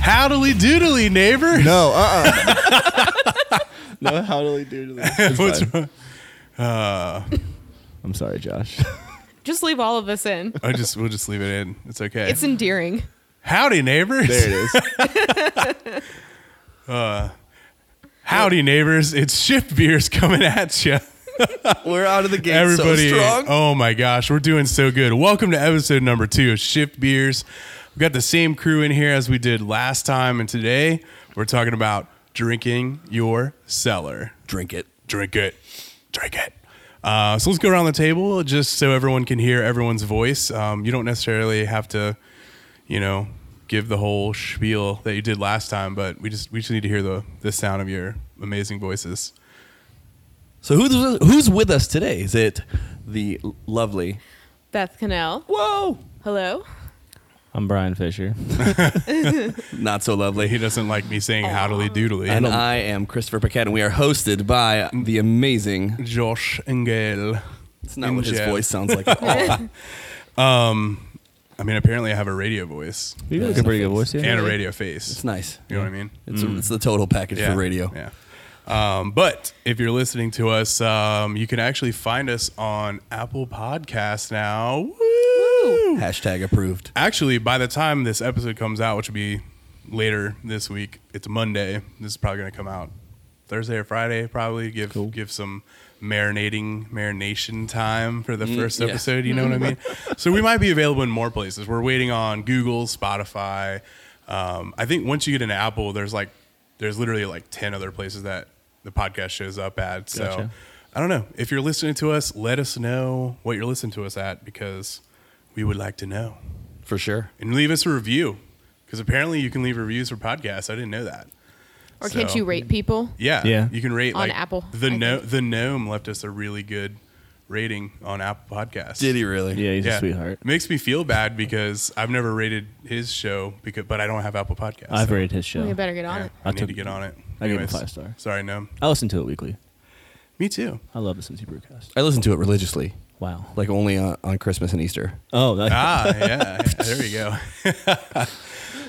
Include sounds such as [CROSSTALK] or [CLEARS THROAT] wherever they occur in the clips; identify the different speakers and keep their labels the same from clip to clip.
Speaker 1: howdily doodly, neighbor. [LAUGHS]
Speaker 2: No, uh-uh.
Speaker 3: uh-uh. [LAUGHS] No, how do they do this?
Speaker 1: What's wrong?
Speaker 3: I'm sorry, Josh.
Speaker 4: Just leave all of us in.
Speaker 1: I just we'll just leave it in. It's okay.
Speaker 4: It's endearing.
Speaker 1: Howdy neighbors.
Speaker 3: There it [LAUGHS] is.
Speaker 1: Howdy neighbors. It's shift beers coming at you.
Speaker 3: We're out of the gate
Speaker 1: Everybody.
Speaker 3: so strong.
Speaker 1: Oh my gosh, we're doing so good. Welcome to episode number 2 of Shift Beers. We've got the same crew in here as we did last time and today we're talking about drinking your cellar.
Speaker 3: Drink it.
Speaker 1: drink it, drink it. Uh, so let's go around the table just so everyone can hear everyone's voice. Um, you don't necessarily have to, you know, give the whole spiel that you did last time, but we just we just need to hear the the sound of your amazing voices.
Speaker 3: So who's who's with us today? Is it the lovely?
Speaker 4: Beth Cannell.
Speaker 3: Whoa,
Speaker 4: Hello.
Speaker 5: I'm Brian Fisher.
Speaker 3: not so lovely.
Speaker 1: He doesn't like me saying howdily doodly.
Speaker 3: And I am Christopher Paquette, and we are hosted by the amazing.
Speaker 1: Josh Engel.
Speaker 3: It's not what his
Speaker 1: Inject.
Speaker 3: voice sounds like. At all. [LAUGHS]
Speaker 1: I mean, apparently I have a radio voice
Speaker 5: You
Speaker 3: Yeah,
Speaker 5: got
Speaker 3: it's
Speaker 5: a pretty
Speaker 3: not
Speaker 5: good voice here.
Speaker 1: and a radio face.
Speaker 3: It's nice.
Speaker 1: You know what I mean? Mm.
Speaker 3: It's, it's the total package for radio.
Speaker 1: Yeah. Um, but if you're listening to us, um, you can actually find us on Apple Podcasts now. Woo!
Speaker 3: Hashtag approved.
Speaker 1: Actually, by the time this episode comes out, which will be later this week, it's Monday. This is probably going to come out Thursday or Friday. Probably give give some marinating marination time for the first
Speaker 3: yeah.
Speaker 1: episode. You know what I mean? So we might be available in more places. We're waiting on Google, Spotify. Um, I think once you get into Apple, there's like there's literally like ten other places that the podcast shows up at. So.
Speaker 5: Gotcha.
Speaker 1: I don't know. If you're listening to us, let us know what you're listening to us at because we would like to know
Speaker 3: For sure.
Speaker 1: and leave us a review because apparently you can leave reviews for podcasts. I didn't know that.
Speaker 4: Or can't
Speaker 1: So-
Speaker 4: you rate people?
Speaker 1: Yeah,
Speaker 5: Yeah.
Speaker 1: You can rate
Speaker 4: On
Speaker 1: like,
Speaker 4: Apple,
Speaker 1: The
Speaker 4: I
Speaker 1: no,
Speaker 4: think.
Speaker 1: the gnome left us a really good rating on Apple Podcasts.
Speaker 3: Did he really?
Speaker 5: Yeah, he's
Speaker 1: yeah,
Speaker 5: a sweetheart.
Speaker 1: It makes me feel bad because I've never rated his show because, but I don't have Apple Podcasts.
Speaker 5: I've
Speaker 1: so,
Speaker 5: rated his show.
Speaker 4: We better get on
Speaker 1: yeah,
Speaker 4: it.
Speaker 1: I,
Speaker 5: I
Speaker 1: need
Speaker 5: took-
Speaker 1: to get on it.
Speaker 5: I gave him five star.
Speaker 1: Sorry, gnome.
Speaker 5: I listen to it weekly.
Speaker 1: Me too.
Speaker 5: I love the Cincy Brewcast.
Speaker 3: I listen to it religiously,
Speaker 5: Wow.
Speaker 3: like only on, on Christmas and Easter.
Speaker 5: oh, that,
Speaker 1: ah, yeah. There we go. [LAUGHS]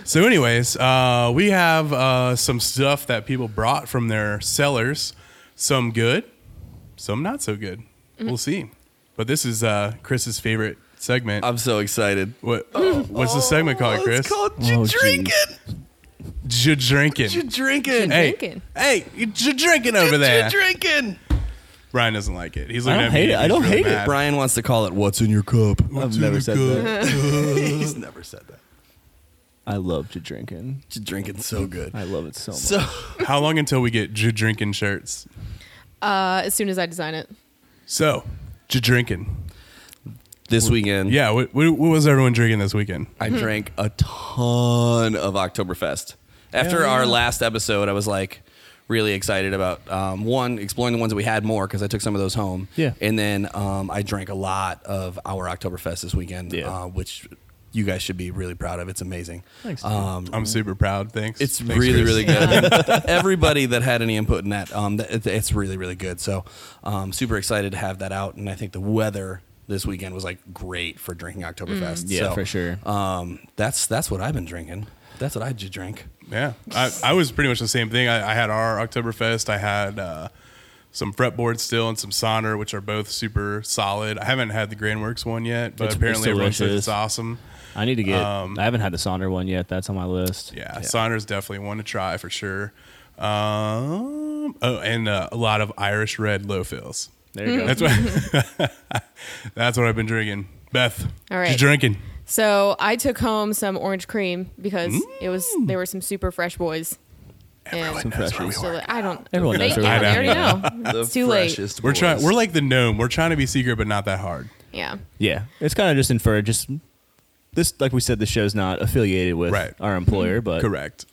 Speaker 1: so, anyways, uh, we have uh, some stuff that people brought from their cellars. Some good, some not so good. We'll see. But this is uh, Chris's favorite segment.
Speaker 5: Uh,
Speaker 3: I'm so excited.
Speaker 1: what, what's the segment called, Chris?
Speaker 3: It's called You
Speaker 5: Oh,
Speaker 3: Drinking.
Speaker 1: J- drinking.
Speaker 3: You Drinking.
Speaker 1: hey,
Speaker 4: Drinking.
Speaker 1: hey, you j- drinking over there.
Speaker 3: You Drinking.
Speaker 1: Brian doesn't like it. He's looking
Speaker 5: don't
Speaker 1: at me.
Speaker 5: hate it.
Speaker 1: and
Speaker 5: I
Speaker 1: he's
Speaker 5: don't
Speaker 1: really
Speaker 5: hate it,
Speaker 1: mad.
Speaker 3: Brian wants to call it What's in Your Cup.
Speaker 5: I've never said that.
Speaker 3: He's never said that.
Speaker 5: I love to drinking.
Speaker 3: You Drinking so good.
Speaker 5: I love it so much.
Speaker 3: [LAUGHS] So
Speaker 1: [LAUGHS] How long until we get j- drinking shirts?
Speaker 4: Uh, as soon as I design it.
Speaker 1: So, j- drinking.
Speaker 3: this weekend,
Speaker 1: Yeah, what, what, what was everyone drinking this weekend?
Speaker 3: I drank a ton of Oktoberfest. After our last episode, I was like really excited about um, one exploring the ones that we had more because I took some of those home.
Speaker 5: Yeah.
Speaker 3: and then um, I drank a lot of our Oktoberfest this weekend,
Speaker 5: Yeah.
Speaker 3: uh, which you guys should be really proud of. It's amazing.
Speaker 5: Thanks, dude.
Speaker 3: Um,
Speaker 1: I'm super proud. Thanks.
Speaker 3: It's
Speaker 1: Thanks,
Speaker 3: really,
Speaker 1: Chris.
Speaker 3: really [LAUGHS] good. Everybody that had any input in that, um, th- it- it's really, really good. So, um, super excited to have that out. And I think the weather this weekend was like great for drinking Oktoberfest.
Speaker 5: Mm. Yeah,
Speaker 3: So,
Speaker 5: for sure.
Speaker 3: Um, that's that's what I've been drinking. That's what I just drink.
Speaker 1: Yeah, I, I was pretty much the same thing. I, I had our Oktoberfest. I had uh, some fretboard still and some Sonder, which are both super solid. I haven't had the Grand Works one yet, but
Speaker 5: It's- it's
Speaker 1: apparently everyone says
Speaker 5: delicious.
Speaker 1: it's awesome.
Speaker 5: I need to get.
Speaker 1: Um,
Speaker 5: I haven't had the Sonder one yet. That's on my list.
Speaker 1: Yeah, Sonder's definitely one to try for sure. Um, oh, and uh, a lot of Irish Red low fills.
Speaker 5: There you go.
Speaker 1: That's what. that's what I've been drinking. Beth,
Speaker 4: All
Speaker 1: what you
Speaker 4: right.
Speaker 1: drinking?
Speaker 4: So I took home some orange cream because it was they were some super fresh boys.
Speaker 1: Mm. Everyone
Speaker 4: and
Speaker 1: knows where
Speaker 5: freshers.
Speaker 1: we
Speaker 4: so
Speaker 1: were.
Speaker 4: I don't.
Speaker 5: Everyone
Speaker 4: they,
Speaker 5: knows where
Speaker 4: yeah,
Speaker 1: we
Speaker 4: they
Speaker 1: are. [LAUGHS]
Speaker 4: already know. it's too late.
Speaker 1: We're trying. We're like the gnome. We're trying to be secret, but not that hard.
Speaker 4: Yeah.
Speaker 5: Yeah, it's kind of just inferred. Just this, like we said, the show's not affiliated with
Speaker 1: Right.
Speaker 5: our employer, but
Speaker 1: Correct.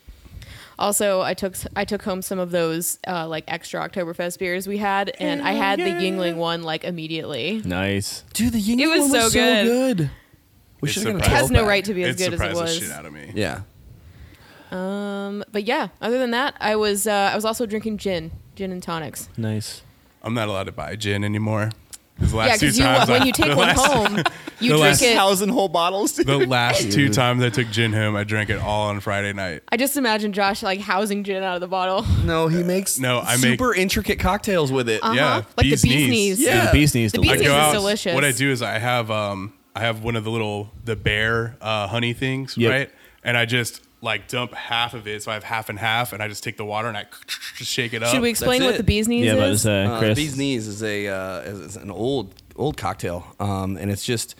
Speaker 4: Also, I took I took home some of those uh, like extra Oktoberfest beers we had, and I had the Yingling one like immediately.
Speaker 5: nice.
Speaker 3: Dude, the Yingling
Speaker 4: It was
Speaker 3: one
Speaker 4: so good.
Speaker 3: good. We
Speaker 1: It's
Speaker 3: should have
Speaker 1: surprising.
Speaker 4: It
Speaker 3: got a
Speaker 4: has no
Speaker 3: 12-pack.
Speaker 4: right to be as
Speaker 1: it
Speaker 4: good as it
Speaker 1: surprised
Speaker 4: was.
Speaker 1: the shit out of me.
Speaker 3: Yeah.
Speaker 4: Um, but yeah, other than that, I was uh, I was also drinking gin, gin and tonics.
Speaker 5: Nice.
Speaker 1: I'm not allowed to buy gin anymore. These
Speaker 4: yeah,
Speaker 1: last two
Speaker 4: because you uh,
Speaker 1: times
Speaker 4: when
Speaker 1: I-
Speaker 4: you
Speaker 1: [LAUGHS]
Speaker 4: take
Speaker 1: the
Speaker 4: one
Speaker 1: last-
Speaker 4: home, you drink
Speaker 1: last-
Speaker 4: it.
Speaker 5: thousand whole bottles. dude.
Speaker 1: The last two times I took gin home, I drank it all on Friday night.
Speaker 4: I just imagine Josh like housing gin out of the bottle.
Speaker 3: [LAUGHS]
Speaker 4: [LAUGHS]
Speaker 3: No, he makes
Speaker 1: No, I make-
Speaker 3: super intricate cocktails with it.
Speaker 4: Uh-huh.
Speaker 1: Yeah,
Speaker 4: like
Speaker 1: bee's
Speaker 4: the bee's
Speaker 1: knees.
Speaker 4: knees.
Speaker 3: Yeah.
Speaker 5: Dude, the bee's knees.
Speaker 4: The bee's
Speaker 1: I
Speaker 5: delicious.
Speaker 1: go
Speaker 4: is
Speaker 1: out.
Speaker 4: delicious.
Speaker 1: What I do is I have um I have one of the little the bear uh, honey things,
Speaker 5: Yep.
Speaker 1: right? And I just like dump half of it, so I have half and half, and I just take the water and I [LAUGHS] shake it up.
Speaker 4: Should we explain
Speaker 3: That's
Speaker 4: what
Speaker 3: it.
Speaker 4: the bee's knees
Speaker 5: Yeah, about to
Speaker 4: is?
Speaker 5: say,
Speaker 3: Uh,
Speaker 5: Chris.
Speaker 3: Bee's knees is a uh, is, is an old old cocktail, um, and it's just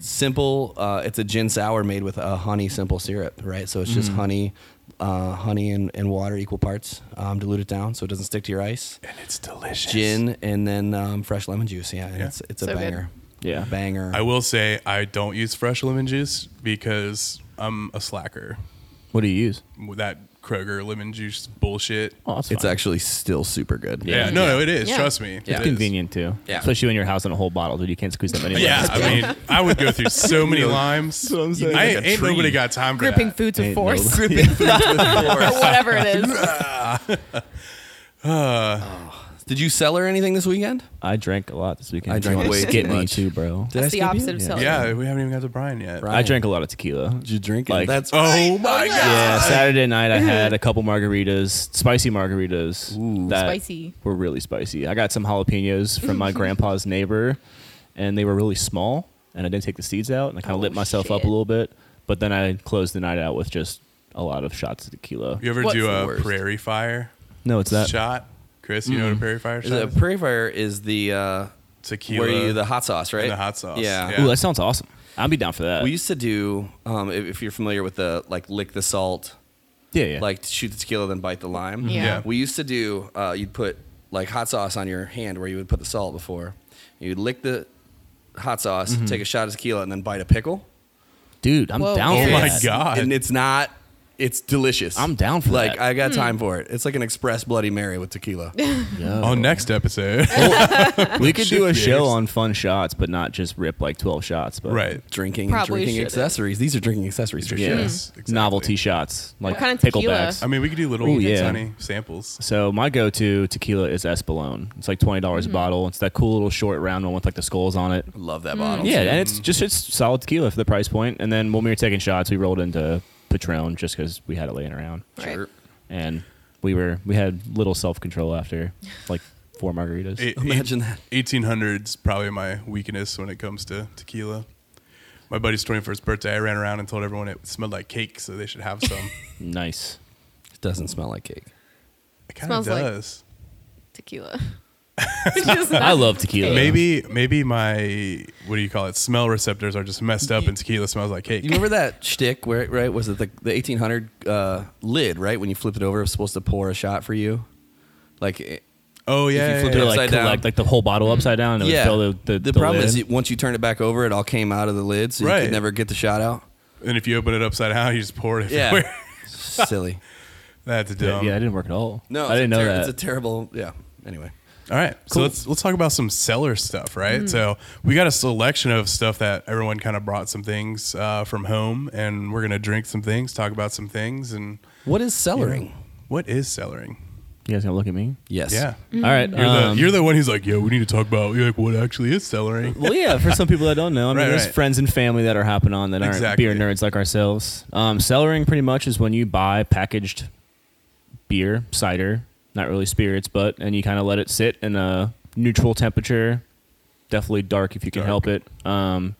Speaker 3: simple. Uh, it's a gin sour made with a honey simple syrup, right? So it's just
Speaker 1: Mm.
Speaker 3: honey, uh, honey and, and water equal parts, um, diluted down so it doesn't stick to your ice.
Speaker 1: and it's delicious.
Speaker 3: Gin and then um, fresh lemon juice. Yeah, and
Speaker 1: Yeah.
Speaker 3: it's it's a
Speaker 4: So good.
Speaker 3: banger.
Speaker 5: Yeah.
Speaker 3: banger.
Speaker 1: I will say I don't use fresh lemon juice because I'm a slacker.
Speaker 5: What do you use?
Speaker 1: That Kroger lemon juice bullshit.
Speaker 5: Oh, that's
Speaker 3: it's
Speaker 5: fine.
Speaker 3: actually still super good.
Speaker 1: Yeah, no, no, it is.
Speaker 4: Yeah.
Speaker 1: Trust me,
Speaker 3: Yeah.
Speaker 1: It
Speaker 5: It's
Speaker 1: is.
Speaker 5: convenient too,
Speaker 3: Yeah.
Speaker 5: especially when you're housing a whole bottle, dude. You can't squeeze that many.
Speaker 1: Yeah,
Speaker 5: lemons.
Speaker 1: I mean, I would go through so many limes.
Speaker 5: what I'm saying.
Speaker 1: I
Speaker 3: Like
Speaker 1: ain't,
Speaker 3: a
Speaker 1: ain't
Speaker 3: tree.
Speaker 1: nobody got time for
Speaker 4: Gripping
Speaker 1: that.
Speaker 4: foods with
Speaker 5: Ain't no-
Speaker 4: force,
Speaker 5: [LAUGHS]
Speaker 4: or [LAUGHS] whatever it is.
Speaker 3: Did you sell her anything this weekend?
Speaker 5: I drank a lot this weekend.
Speaker 3: I drank
Speaker 5: You
Speaker 3: way
Speaker 5: almost get
Speaker 3: too
Speaker 5: me
Speaker 3: much.
Speaker 5: too, bro.
Speaker 3: Did I
Speaker 4: That's the
Speaker 3: skip you?
Speaker 4: opposite of
Speaker 5: Yeah.
Speaker 4: selling.
Speaker 1: Yeah, we haven't even got to Brian yet.
Speaker 3: Brian.
Speaker 5: I drank a lot of tequila.
Speaker 3: Did you drink it?
Speaker 5: Like-
Speaker 3: That's
Speaker 1: Oh my god.
Speaker 5: Yeah, Saturday night I had a couple margaritas, spicy margaritas that
Speaker 4: Spicy.
Speaker 5: were really spicy. I got some jalapenos
Speaker 4: [LAUGHS]
Speaker 5: from my grandpa's neighbor, and they were really small, and I didn't take the seeds out, and I kind of
Speaker 4: Oh,
Speaker 5: lit myself up a
Speaker 4: shit.
Speaker 5: little bit. But then I closed the night out with just a lot of shots of tequila.
Speaker 1: You ever
Speaker 4: What's
Speaker 1: do
Speaker 4: the
Speaker 1: a
Speaker 3: worst?
Speaker 1: prairie fire
Speaker 5: No, it's that.
Speaker 1: shot? Chris, you know what a prairie fire
Speaker 3: Is
Speaker 1: shot
Speaker 3: it-
Speaker 1: is?
Speaker 3: prairie fire is the uh,
Speaker 1: Tequila.
Speaker 3: Where you the hot sauce, right?
Speaker 1: the hot sauce,
Speaker 3: Yeah.
Speaker 1: yeah.
Speaker 5: Ooh, that sounds awesome. I'd be down for that.
Speaker 3: We used to do um, if, if you're familiar with the like lick the salt,
Speaker 5: yeah, yeah.
Speaker 3: like shoot the tequila, then bite the lime.
Speaker 4: Yeah.
Speaker 1: Yeah.
Speaker 3: We used to do uh, you'd put like hot sauce on your hand where you would put the salt before. You'd lick the hot sauce, take a shot of tequila, and then bite a pickle.
Speaker 5: dude, I'm
Speaker 4: Whoa.
Speaker 5: down.
Speaker 1: oh
Speaker 5: for
Speaker 1: my
Speaker 5: that.
Speaker 1: god.
Speaker 3: and it's not. It's delicious.
Speaker 5: I'm down for
Speaker 3: like,
Speaker 5: that.
Speaker 3: I got time for it. It's like an express Bloody Mary with tequila.
Speaker 5: Yeah.
Speaker 1: on next episode.
Speaker 5: we could
Speaker 1: Should
Speaker 5: do
Speaker 1: be
Speaker 5: a show
Speaker 1: interesting.
Speaker 5: on fun shots, but not just rip like 12 shots. But
Speaker 1: [LAUGHS] right.
Speaker 3: drinking, and
Speaker 4: Probably
Speaker 3: drinking
Speaker 4: shouldn't.
Speaker 3: accessories. These are drinking accessories. for
Speaker 5: Yeah.
Speaker 3: sure.
Speaker 1: Yes, exactly.
Speaker 5: Novelty shots, like
Speaker 4: kind of tequila?
Speaker 5: picklebacks.
Speaker 1: I mean, we could do little
Speaker 5: Ooh, yeah.
Speaker 1: tiny samples.
Speaker 5: So my go-to tequila is Espolón. It's like twenty dollars a
Speaker 4: Mm-hmm.
Speaker 5: bottle. It's that cool little short round one with like the skulls on it.
Speaker 3: Love that bottle.
Speaker 5: Yeah, and it's just it's solid tequila for the price point. And then when we were taking shots, we rolled into Patron just because we had it laying around,
Speaker 4: Right.
Speaker 3: Sure.
Speaker 5: and we were we had little self control after like four margaritas.
Speaker 1: Eight-
Speaker 3: Imagine that.
Speaker 1: Eighteen hundreds probably my weakness when it comes to tequila. My buddy's twenty first birthday, I ran around and told everyone it smelled like cake, so they should have
Speaker 3: [LAUGHS]
Speaker 1: some.
Speaker 5: Nice.
Speaker 3: It doesn't smell like cake.
Speaker 1: it kind of
Speaker 4: Smells like-
Speaker 1: does.
Speaker 4: Tequila. [LAUGHS] It's just not-
Speaker 5: I love tequila.
Speaker 1: Maybe maybe my what do you call it? Smell receptors are just messed up
Speaker 3: [LAUGHS]
Speaker 1: and tequila smells like cake.
Speaker 3: You remember that shtick where right was it the the eighteen hundred uh, lid right when you flipped it over it was supposed to pour a shot for you, like eh,
Speaker 1: oh
Speaker 3: you
Speaker 1: yeah. yeah,
Speaker 3: flip
Speaker 1: yeah.
Speaker 5: They're like
Speaker 3: Upside down.
Speaker 5: collect like the whole bottle
Speaker 4: Mm-hmm.
Speaker 5: upside down and it
Speaker 3: yeah.
Speaker 5: would fill the the, the
Speaker 3: problem
Speaker 5: lid.
Speaker 3: is it- once you turn it back over, it all came out of the lid, so you
Speaker 1: Right.
Speaker 3: could never get the
Speaker 1: [LAUGHS]
Speaker 3: shot out.
Speaker 1: And if you open it upside down, you just pour it
Speaker 3: Yeah,
Speaker 1: everywhere. [LAUGHS]
Speaker 3: silly.
Speaker 1: That's
Speaker 5: yeah,
Speaker 1: dumb.
Speaker 5: I didn't work at all.
Speaker 3: No,
Speaker 5: I didn't
Speaker 3: it's
Speaker 5: know
Speaker 3: a ter-
Speaker 5: that.
Speaker 3: It's a terrible. Yeah. Anyway,
Speaker 1: All right. So
Speaker 5: Cool.
Speaker 1: let's let's talk about some seller stuff, right?
Speaker 3: Mm.
Speaker 1: So we got a selection of stuff that everyone kind of brought some things uh, from home, and we're gonna drink some things, talk about some things, and
Speaker 3: what is cellaring?
Speaker 1: what is cellaring?
Speaker 5: you guys gonna look at me?
Speaker 3: Yes.
Speaker 1: Yeah.
Speaker 5: All right,
Speaker 1: Mm. You're,
Speaker 5: um,
Speaker 1: the, you're the one who's like, yo, we need to talk about like what actually is cellaring.
Speaker 5: well, yeah, for some people that don't know, I mean,
Speaker 1: Right,
Speaker 5: there's
Speaker 1: right.
Speaker 5: friends and family that are hopping on that aren't
Speaker 1: Exactly.
Speaker 5: beer nerds like ourselves. Um, cellaring pretty much is when you buy packaged beer, cider, not really spirits, but and you kind of let it sit in a neutral temperature, definitely dark if you can
Speaker 1: Dark.
Speaker 5: help it. Um,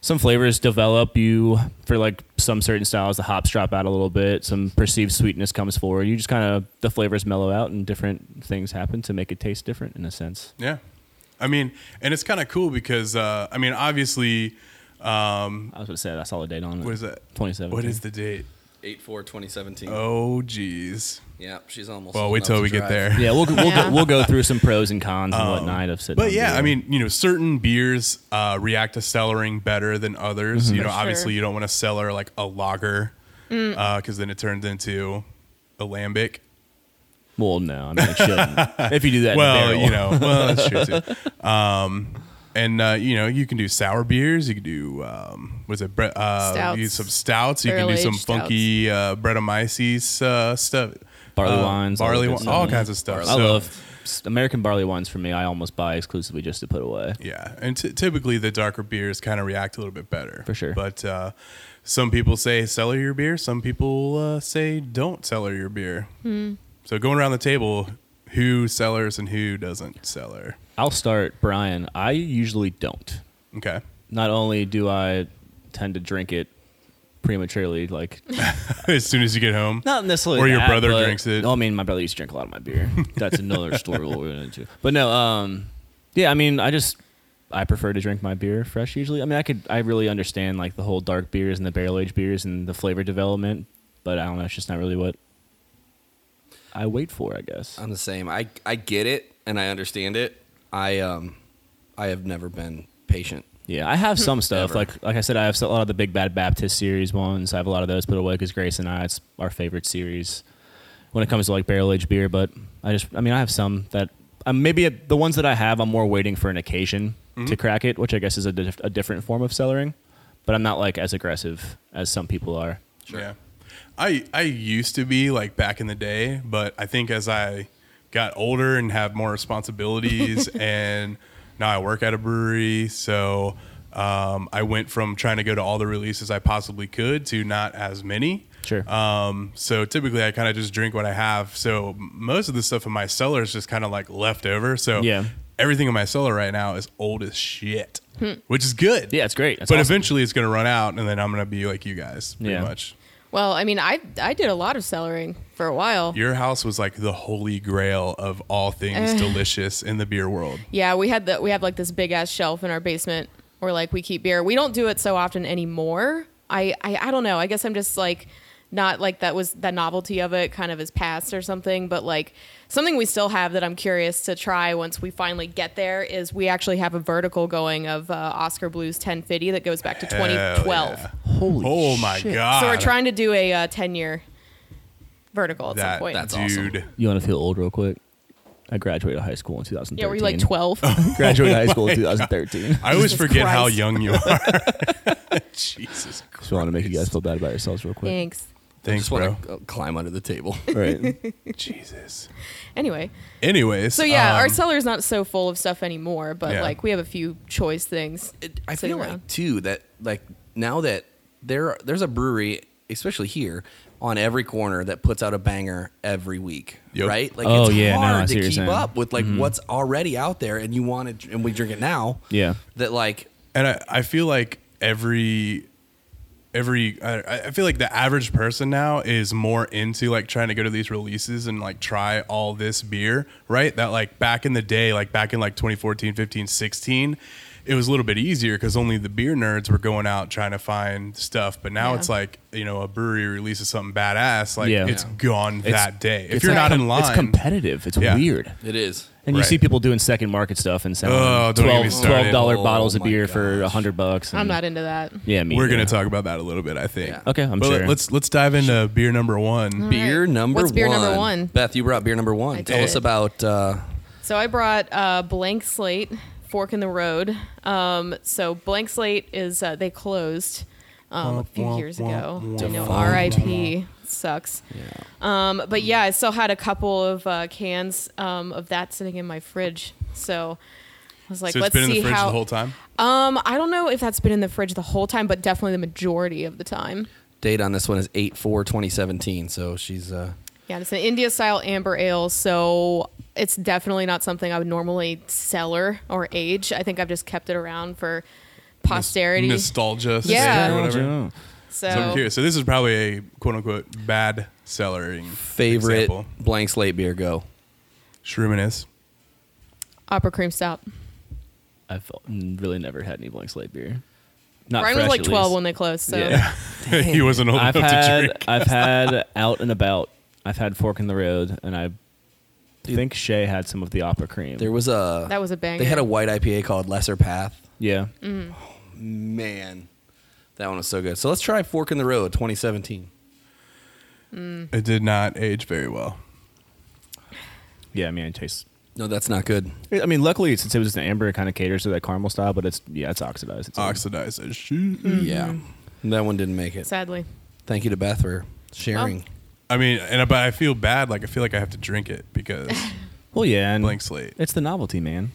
Speaker 5: some flavors develop you for like some certain styles the hops drop out a little bit some perceived sweetness comes forward you just kind of the flavors mellow out and different things happen to make it taste different in a sense
Speaker 1: Yeah. I mean, and it's kind of cool because uh, I mean, obviously, um,
Speaker 5: i was gonna say that's all the date on it
Speaker 1: what is that?
Speaker 5: 27
Speaker 1: What is the date?
Speaker 3: Eight four twenty seventeen.
Speaker 1: Oh, geez.
Speaker 3: Yeah, she's almost.
Speaker 1: Well,
Speaker 3: old
Speaker 1: wait
Speaker 3: enough
Speaker 1: till
Speaker 3: to
Speaker 1: we get
Speaker 3: drive.
Speaker 1: there.
Speaker 5: Yeah, we'll
Speaker 1: [LAUGHS]
Speaker 5: we'll,
Speaker 4: Yeah.
Speaker 5: Go, we'll go through some pros and cons and whatnot of sitting.
Speaker 1: Um, But
Speaker 5: on
Speaker 1: yeah,
Speaker 5: beer.
Speaker 1: I mean, you know, certain beers uh, react to cellaring better than others.
Speaker 5: Mm-hmm.
Speaker 1: You know,
Speaker 4: For sure. Mm.
Speaker 1: obviously, you don't want to cellar like a lager because then it turns into alambic.
Speaker 5: well, no, I mean,
Speaker 1: [LAUGHS]
Speaker 5: it shouldn't. if you do that, in a
Speaker 1: Well,
Speaker 5: barrel.
Speaker 1: you know, well, that's true too. Um,
Speaker 5: [LAUGHS]
Speaker 1: and uh, you know, you can do sour beers. You can do um, what is it? Bre- uh,
Speaker 4: Stouts.
Speaker 1: You do some stouts. You can do
Speaker 4: Barrel-aged
Speaker 1: some funky uh, Brettanomyces uh, stuff.
Speaker 5: barley
Speaker 1: Uh,
Speaker 5: wines, all
Speaker 1: barley
Speaker 5: that
Speaker 1: wine,
Speaker 5: good
Speaker 1: all
Speaker 5: stuff.
Speaker 1: kinds of stuff.
Speaker 5: I
Speaker 1: So-
Speaker 5: love s- American barley wines for me, I almost buy exclusively just to put away.
Speaker 1: Yeah, and t- typically the darker beers kind of react a little bit better
Speaker 5: For sure.
Speaker 1: But uh, some people say cellar your beer. Some people uh, say don't cellar your beer.
Speaker 4: Hmm.
Speaker 1: So going around the table, who sellers and who doesn't cellar?
Speaker 5: I'll start, Brian. I usually don't.
Speaker 1: Okay.
Speaker 5: Not only do I tend to drink it prematurely, like
Speaker 1: [LAUGHS] as soon as you get home.
Speaker 5: Not necessarily.
Speaker 1: Or your
Speaker 5: that,
Speaker 1: brother
Speaker 5: but-
Speaker 1: drinks it.
Speaker 5: Oh, I mean, my brother used to drink a lot of my beer. That's another story we'll get into. But no, um, yeah, I mean, I just I prefer to drink my beer fresh usually. I mean, I could I really understand like the whole dark beers and the barrel aged beers and the flavor development, but I don't know. It's just not really what I wait for. I guess.
Speaker 3: I'm the same. I I get it and I understand it. I um I have never been patient.
Speaker 5: Yeah, I have
Speaker 1: [LAUGHS]
Speaker 5: some stuff.
Speaker 3: Ever.
Speaker 5: Like like I said, I have a lot of the Big Bad Baptist series ones. I have a lot of those put away because Grace and I, it's our favorite series when it comes to like barrel aged beer. But I just, I mean, I have some that um, maybe the ones that I have, I'm more waiting for an occasion
Speaker 1: Mm-hmm.
Speaker 5: to crack it, which I guess is a, dif- a different form of cellaring. But I'm not like as aggressive as some people are.
Speaker 1: Yeah. I I used to be like back in the day, but I think as I got older and have more responsibilities and now I work at a brewery, so um, I went from trying to go to all the releases I possibly could to not as many.
Speaker 5: Sure.
Speaker 1: Um, so typically I kind of just drink what I have. So most of the stuff in my cellar is just kind of like left over. So
Speaker 5: Yeah.
Speaker 1: everything in my cellar right now is old as shit, which is good.
Speaker 5: yeah, it's great. That's
Speaker 1: but
Speaker 5: awesome.
Speaker 1: eventually it's going to run out and then I'm going to be like you guys pretty
Speaker 5: Yeah.
Speaker 1: much.
Speaker 4: Well, I mean, I I did a lot of cellaring for a while.
Speaker 1: Your house was like the holy grail of all things delicious in the beer world.
Speaker 4: Yeah, we had the we have like this big ass shelf in our basement where like we keep beer. We don't do it so often anymore. I I, I don't know. I guess I'm just like not like that was the novelty of it kind of is past or something, but like something we still have that I'm curious to try once we finally get there is we actually have a vertical going of uh, Oscar Blues 1050 that goes back to
Speaker 1: Hell
Speaker 4: 2012.
Speaker 1: yeah.
Speaker 5: Holy
Speaker 1: Oh my
Speaker 5: shit.
Speaker 1: god!
Speaker 4: So we're trying to do a uh, 10 year vertical at
Speaker 1: that
Speaker 4: some point.
Speaker 3: that's awesome.
Speaker 1: dude.
Speaker 5: You want to feel old real quick? I graduated high school in 2013.
Speaker 4: yeah, were you like 12?
Speaker 5: [LAUGHS]
Speaker 1: [LAUGHS]
Speaker 5: Graduated high school
Speaker 4: [LAUGHS]
Speaker 5: in 2013.
Speaker 1: I always forget how
Speaker 4: Christ.
Speaker 1: young you
Speaker 4: [LAUGHS]
Speaker 1: are. [LAUGHS] Jesus.
Speaker 5: Just want to make you guys feel bad about yourselves real quick.
Speaker 4: Thanks.
Speaker 1: Thanks,
Speaker 3: just
Speaker 1: bro.
Speaker 3: want to climb under the table.
Speaker 4: Eh.
Speaker 5: All
Speaker 4: [LAUGHS]
Speaker 5: right.
Speaker 1: Jesus.
Speaker 4: Anyway.
Speaker 1: Anyways.
Speaker 4: So yeah,
Speaker 1: um,
Speaker 4: our cellar's not so full of stuff anymore, but
Speaker 1: Yeah.
Speaker 4: like we have a few choice things.
Speaker 3: it, I
Speaker 4: sitting
Speaker 3: feel
Speaker 4: around.
Speaker 3: like too that like now that there there's a brewery, especially here, on every corner that puts out a banger every week,
Speaker 1: Yep.
Speaker 3: right? Like
Speaker 5: Oh,
Speaker 3: it's
Speaker 5: yeah, no, I
Speaker 3: hard
Speaker 5: see
Speaker 3: to
Speaker 5: what you're
Speaker 3: keep
Speaker 5: saying.
Speaker 3: up with like what's already out there, and you want to, and we drink it now.
Speaker 5: Yeah.
Speaker 3: that like
Speaker 1: and I, I feel like every every I, I feel like the average person now is more into like trying to go to these releases and like try all this beer right that like back in the day like back in like 2014 15 16 it was a little bit easier because only the beer nerds were going out trying to find stuff but now
Speaker 4: Yeah.
Speaker 1: it's like you know a brewery releases something badass like
Speaker 5: Yeah.
Speaker 1: it's
Speaker 5: Yeah.
Speaker 1: gone
Speaker 5: It's-
Speaker 1: that day if
Speaker 5: it's
Speaker 1: you're
Speaker 5: like
Speaker 1: not
Speaker 5: com-
Speaker 1: in line
Speaker 5: It's competitive. It's
Speaker 1: Yeah.
Speaker 5: weird.
Speaker 3: it is.
Speaker 5: And you
Speaker 1: Right.
Speaker 5: see people doing second market stuff and selling
Speaker 1: Oh, don't get me
Speaker 5: 12
Speaker 1: started.
Speaker 5: dollar
Speaker 3: Oh,
Speaker 5: bottles of
Speaker 3: my
Speaker 5: beer for a
Speaker 3: gosh.
Speaker 5: hundred bucks.
Speaker 4: I'm
Speaker 1: Mm.
Speaker 5: and-
Speaker 4: not into that.
Speaker 5: Yeah, me.
Speaker 1: we're
Speaker 5: either.
Speaker 1: gonna talk about that a little bit i think
Speaker 3: Yeah. Mm-hmm.
Speaker 5: Okay, I'm
Speaker 1: But
Speaker 5: sure.
Speaker 1: let's let's dive into beer number one
Speaker 3: Beer
Speaker 4: right.
Speaker 3: number
Speaker 4: What's beer
Speaker 3: one.
Speaker 4: number one?
Speaker 3: Beth, you brought beer number one.
Speaker 4: I
Speaker 3: Tell us
Speaker 4: did.
Speaker 3: about uh,
Speaker 4: So I brought uh, Blank Slate, Fork in the Road. Um, so Blank Slate is uh, they closed um, a few years ago. I know, R.I.P. Sucks. Um, but yeah, I still had a couple of uh, cans um, of that sitting in my fridge. So I was like,
Speaker 1: so it's
Speaker 4: let's
Speaker 1: been in
Speaker 4: see
Speaker 1: the fridge
Speaker 4: how.
Speaker 1: the whole time
Speaker 4: um, I don't know if that's been in the fridge the whole time, but definitely the majority of the time.
Speaker 3: date on this one is 8 4 2017. So she's uh,
Speaker 4: Yeah, it's an India style amber ale, so it's definitely not something I would normally cellar or age. I think I've just kept it around for posterity.
Speaker 1: nostalgia stage
Speaker 4: Yeah.
Speaker 1: or whatever.
Speaker 4: so,
Speaker 1: So I'm curious. So this is probably a quote unquote bad cellaring
Speaker 3: favorite
Speaker 1: example.
Speaker 3: blank slate beer. Go.
Speaker 1: Shroominess.
Speaker 4: Opera Cream Stout.
Speaker 5: I've mm, really never had any blank slate beer. Not
Speaker 4: Brian was
Speaker 5: fresh,
Speaker 4: like
Speaker 5: at
Speaker 4: 12
Speaker 5: least.
Speaker 4: when they closed, so
Speaker 5: Yeah.
Speaker 1: [LAUGHS] he wasn't [LAUGHS] old
Speaker 5: I've
Speaker 1: enough to
Speaker 5: had
Speaker 1: drink.
Speaker 5: I've had out and about. I've had fork in the road, and I think Shay had some of the opera cream.
Speaker 3: There was a
Speaker 4: that was a banger.
Speaker 3: They had a white IPA called Lesser Path.
Speaker 5: yeah.
Speaker 4: Mm.
Speaker 3: Man, that one was so good. So let's try Fork in the Road 2017.
Speaker 1: It did not age very well.
Speaker 5: Yeah. I mean, it tastes.
Speaker 3: No, that's not good.
Speaker 5: I mean, luckily since it was an amber, it kind of caters to that caramel style, but it's yeah, it's oxidized. It's
Speaker 1: Oxidized as shit.
Speaker 4: Mm-hmm.
Speaker 3: Yeah, that one didn't make it.
Speaker 4: sadly.
Speaker 3: Thank you to Beth for sharing.
Speaker 4: Well, [LAUGHS]
Speaker 1: I mean, and but I feel bad. Like I feel like I have to drink it because
Speaker 5: Well, yeah, and
Speaker 1: Blank slate.
Speaker 5: It's the novelty, man.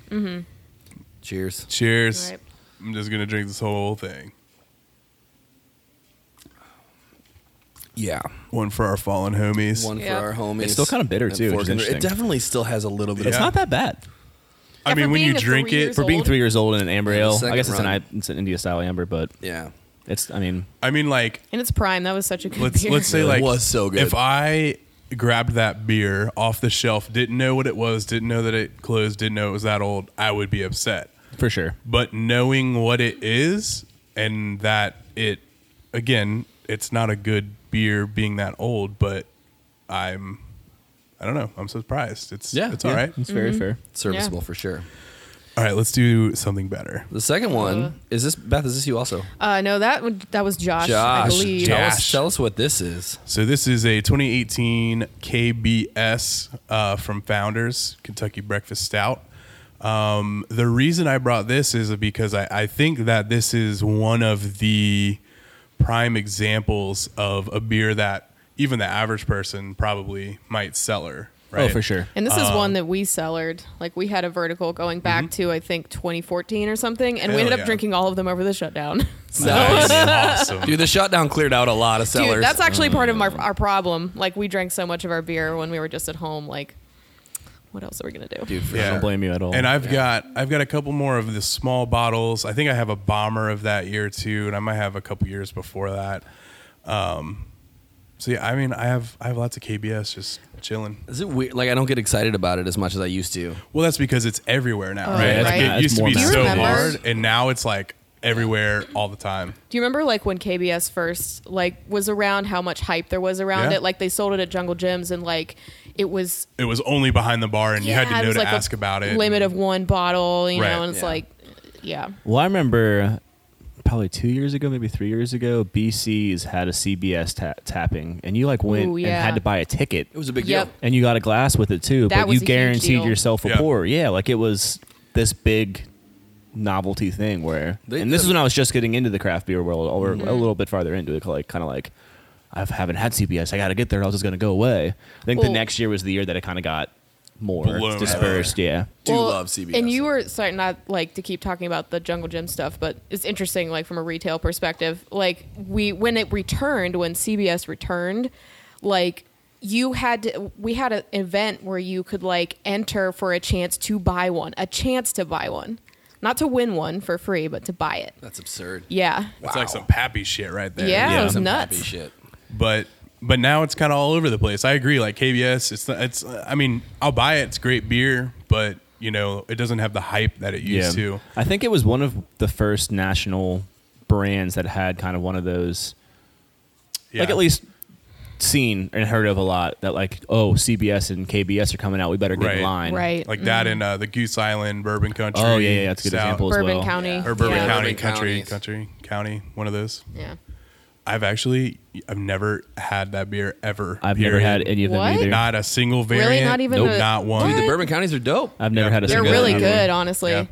Speaker 3: Cheers.
Speaker 1: Cheers.
Speaker 4: All right.
Speaker 1: I'm just gonna drink this whole thing.
Speaker 3: Yeah.
Speaker 1: One for our fallen homies.
Speaker 3: One
Speaker 4: Yeah.
Speaker 3: for our homies.
Speaker 5: It's still kinda bitter,
Speaker 3: And
Speaker 5: too, which
Speaker 3: fork
Speaker 5: is
Speaker 3: in the- It
Speaker 5: interesting.
Speaker 3: definitely still has a little bit
Speaker 5: It's
Speaker 1: Yeah.
Speaker 5: not that bad.
Speaker 1: I
Speaker 4: Yeah,
Speaker 1: mean,
Speaker 4: for
Speaker 1: when you
Speaker 4: being a
Speaker 1: drink
Speaker 4: three
Speaker 1: it,
Speaker 4: years
Speaker 5: For being
Speaker 4: old.
Speaker 5: three years old and an amber ale, I
Speaker 3: second
Speaker 5: guess it's an
Speaker 3: run.
Speaker 5: I- it's an India style amber, but
Speaker 3: of. Yeah.
Speaker 5: it's I mean
Speaker 1: I mean, like
Speaker 4: In its prime, that was such a good
Speaker 1: let's
Speaker 4: beer.
Speaker 1: let's say
Speaker 3: It
Speaker 1: like
Speaker 3: was so good.
Speaker 1: If I grabbed that beer off the shelf, didn't know what it was, didn't know that it closed, didn't know it was that old, I would be upset.
Speaker 5: for sure.
Speaker 1: But knowing what it is and that it again, it's not a good beer being that old, but I'm I don't know. I'm surprised. It's yeah, it's all right.
Speaker 5: It's very fair.
Speaker 3: Serviceable for sure.
Speaker 1: All right, let's do something better.
Speaker 3: The second one
Speaker 4: Uh.
Speaker 3: is this Beth, is this you also?
Speaker 4: uh, no, that would- that was Josh, I
Speaker 3: Josh,
Speaker 4: believe.
Speaker 3: tell us,
Speaker 1: Josh.
Speaker 3: tell us what this is.
Speaker 1: So this is a 2018 KBS uh, from Founders Kentucky Breakfast Stout. Um, the reason I brought this is because I, I think that this is one of the prime examples of a beer that even the average person probably might cellar. Right?
Speaker 5: Oh, for sure.
Speaker 4: And this is
Speaker 1: Uh,
Speaker 4: one that we cellared. Like we had a vertical going back to I think 2014 or something,
Speaker 1: mm-hmm.
Speaker 4: and
Speaker 1: Hell
Speaker 4: we ended
Speaker 1: yeah.
Speaker 4: up drinking all of them over the shutdown. [LAUGHS] so
Speaker 1: Nice. awesome.
Speaker 3: Dude, the shutdown cleared out a lot of sellers.
Speaker 4: Dude, that's actually part of my,
Speaker 1: Mm.
Speaker 4: our problem. Like we drank so much of our beer when we were just at home. Like, what else are we gonna do?
Speaker 3: Dude, for
Speaker 1: Yeah.
Speaker 5: I don't blame you at all.
Speaker 1: And I've got I've got a couple more of the small bottles. I think I have a bomber of that year too, and I might have a couple years before that. Um, so yeah, I mean, I have I have lots of KBS just chilling.
Speaker 3: Is it weird? Like I don't get excited about it as much as I used to.
Speaker 1: Well, that's because it's everywhere now,
Speaker 4: Oh,
Speaker 1: right?
Speaker 4: Yeah,
Speaker 1: Like,
Speaker 4: right.
Speaker 1: It used to
Speaker 5: It's
Speaker 1: be
Speaker 5: more
Speaker 1: so
Speaker 4: massive.
Speaker 1: hard, and now it's like everywhere all the time.
Speaker 4: Do you remember like when KBS first like was around? How much hype there was around
Speaker 1: Yeah.
Speaker 4: it? Like they sold it at Jungle Gyms, and like it was
Speaker 1: It was only behind the bar, and you
Speaker 4: yeah,
Speaker 1: had
Speaker 4: it
Speaker 1: to know
Speaker 4: was,
Speaker 1: to
Speaker 4: like, a
Speaker 1: ask about it.
Speaker 4: Limit of one bottle, you
Speaker 1: Right.
Speaker 4: know, and it's
Speaker 3: Yeah.
Speaker 4: like, yeah,
Speaker 5: well, I remember probably two years ago, maybe three years ago, BC's had a CBS ta- tapping, and you like went
Speaker 4: Ooh,
Speaker 5: and
Speaker 4: yeah.
Speaker 5: had to buy a ticket.
Speaker 3: It was a big
Speaker 4: Yep.
Speaker 3: deal.
Speaker 5: and you got a glass with it too,
Speaker 4: That
Speaker 5: but
Speaker 4: was
Speaker 5: you
Speaker 4: a huge
Speaker 5: guaranteed
Speaker 4: deal.
Speaker 5: yourself a
Speaker 1: Yeah.
Speaker 5: pour. Yeah, like it was this big novelty thing where,
Speaker 3: They
Speaker 5: and this
Speaker 3: did-
Speaker 5: is when I was just getting into the craft beer world, or
Speaker 4: Mm-hmm.
Speaker 5: a little bit farther into it, like kind of like I haven't had CBS, I got to get there, or else it's gonna go away. I think the
Speaker 4: Well-
Speaker 5: next year was the year that it kind of got more
Speaker 1: Blown out.
Speaker 5: dispersed. Yeah,
Speaker 3: Do love CBS.
Speaker 4: And you were sorry, not like to keep talking about the jungle gym stuff, but it's interesting, like from a retail perspective. Like we when it returned, when CBS returned, like you had to, we had an event where you could like enter for a chance to buy one, a chance to buy one, not to win one for free, but to buy it.
Speaker 3: That's absurd.
Speaker 4: Yeah,
Speaker 1: It's like some pappy shit right there.
Speaker 4: yeah,
Speaker 5: Yeah.
Speaker 4: it was
Speaker 5: Some
Speaker 4: nuts.
Speaker 3: Happy shit.
Speaker 1: but but now it's kind of all over the place. I agree. Like KBS, it's it's. I mean, I'll buy it. It's great beer, but you know, it doesn't have the hype that it used to.
Speaker 5: I think it was one of the first national brands that had kind of one of those
Speaker 1: Yeah.
Speaker 5: like at least seen and heard of a lot that like oh CBS and KBS are coming out we better get
Speaker 1: Right.
Speaker 5: in line
Speaker 4: Right.
Speaker 1: like that in uh, the Goose Island Bourbon Country.
Speaker 5: oh yeah yeah that's a good
Speaker 1: Stout-
Speaker 5: example as
Speaker 4: Bourbon
Speaker 5: well.
Speaker 4: County.
Speaker 3: Yeah.
Speaker 1: Or Bourbon
Speaker 4: Yeah.
Speaker 1: County
Speaker 3: Bourbon
Speaker 1: Country
Speaker 3: counties.
Speaker 1: Country County. One of those.
Speaker 4: Yeah.
Speaker 1: I've actually I've never had that beer ever.
Speaker 5: I've never
Speaker 1: period.
Speaker 5: had any of them
Speaker 4: What?
Speaker 5: either
Speaker 1: Not a single variant.
Speaker 4: Really? Not even
Speaker 1: Nope.
Speaker 4: a-
Speaker 1: not one.
Speaker 3: Dude, the
Speaker 4: What?
Speaker 3: Bourbon Counties are dope.
Speaker 5: I've never
Speaker 1: Yeah.
Speaker 5: had a
Speaker 4: They're
Speaker 5: single
Speaker 4: really
Speaker 5: one of them.
Speaker 4: good, honestly.
Speaker 1: Yeah.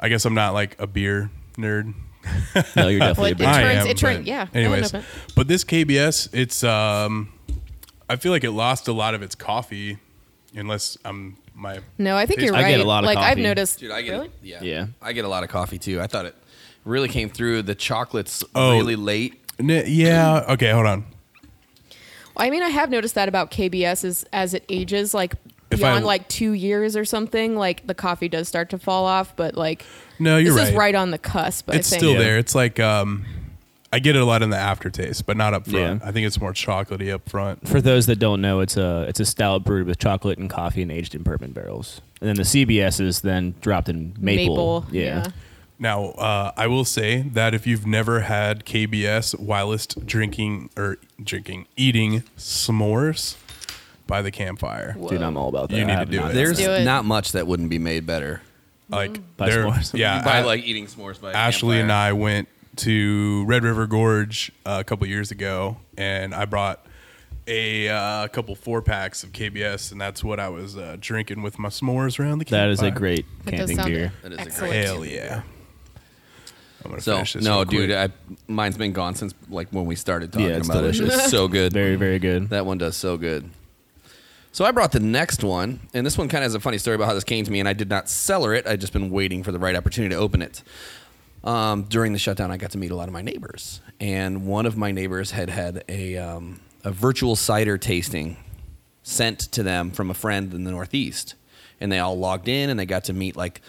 Speaker 1: I guess I'm not like a beer nerd.
Speaker 4: [LAUGHS]
Speaker 5: no you're definitely a
Speaker 4: Well, it
Speaker 5: bourbon.
Speaker 1: I
Speaker 4: turns-
Speaker 1: am,
Speaker 4: it turn-
Speaker 1: but
Speaker 4: yeah, I
Speaker 1: Anyways,
Speaker 4: don't know,
Speaker 1: but this KBS, it's um, I feel like it lost a lot of its coffee, unless I'm my
Speaker 4: No, I think you're
Speaker 5: I
Speaker 4: right.
Speaker 5: get a lot of
Speaker 4: like I've
Speaker 5: coffee.
Speaker 4: noticed.
Speaker 3: Dude, I get
Speaker 4: really?
Speaker 3: it. Yeah.
Speaker 5: Yeah.
Speaker 3: I get a lot of coffee too. I thought it really came through. The chocolate's
Speaker 1: Oh.
Speaker 3: really late.
Speaker 1: N- yeah. Okay, hold on.
Speaker 4: I mean, I have noticed that about KBS is as it ages, like
Speaker 1: If
Speaker 4: beyond
Speaker 1: I-
Speaker 4: like two years or something, like the coffee does start to fall off. But like
Speaker 1: No, Oh, you're
Speaker 4: this
Speaker 1: right.
Speaker 4: is right on the cusp. I
Speaker 1: It's
Speaker 4: think.
Speaker 1: still
Speaker 5: Yeah.
Speaker 1: there. It's like um, I get it a lot in the aftertaste, but not up front.
Speaker 5: Yeah.
Speaker 1: I think it's more chocolatey up front.
Speaker 5: for those that don't know it's a it's a stout brewed with chocolate and coffee and aged in bourbon barrels and then the CBS is then dropped in maple,
Speaker 4: maple.
Speaker 5: yeah.
Speaker 1: Now, uh, I will say that if you've never had KBS whilst drinking or drinking eating s'mores by the campfire,
Speaker 5: dude I'm all about that
Speaker 1: You
Speaker 5: I
Speaker 1: need to
Speaker 5: have
Speaker 1: do
Speaker 5: not
Speaker 1: it.
Speaker 5: done
Speaker 3: There's
Speaker 5: that.
Speaker 4: Do it.
Speaker 3: not much that wouldn't be made better.
Speaker 4: Mm.
Speaker 1: like
Speaker 5: By
Speaker 1: there-
Speaker 5: s'mores.
Speaker 1: yeah,
Speaker 3: By
Speaker 1: I-
Speaker 3: like eating s'mores by a
Speaker 1: Ashley and
Speaker 3: campfire.
Speaker 1: I went to Red River Gorge uh, a couple years ago, and I brought a uh, couple four packs of KBS, and that's what I was uh, drinking with my s'mores around the campfire.
Speaker 5: that is a great
Speaker 4: That does
Speaker 5: camping
Speaker 4: sound
Speaker 5: beer
Speaker 3: That is a great
Speaker 4: excellent.
Speaker 1: hell yeah. I'm gonna
Speaker 3: So
Speaker 1: finish this
Speaker 3: no,
Speaker 1: real quick.
Speaker 3: dude, I, mine's been gone since like when we started talking
Speaker 5: it's
Speaker 3: about it. It's so good.
Speaker 5: very very good
Speaker 3: That one does so good. So I brought the next one, and this one kind of has a funny story about how this came to me, and I did not cellar it. I'd just been waiting for the right opportunity to open it. Um, during the shutdown, I got to meet a lot of my neighbors, and one of my neighbors had had a, um, a virtual cider tasting sent to them from a friend in the Northeast, and they all logged in and they got to meet like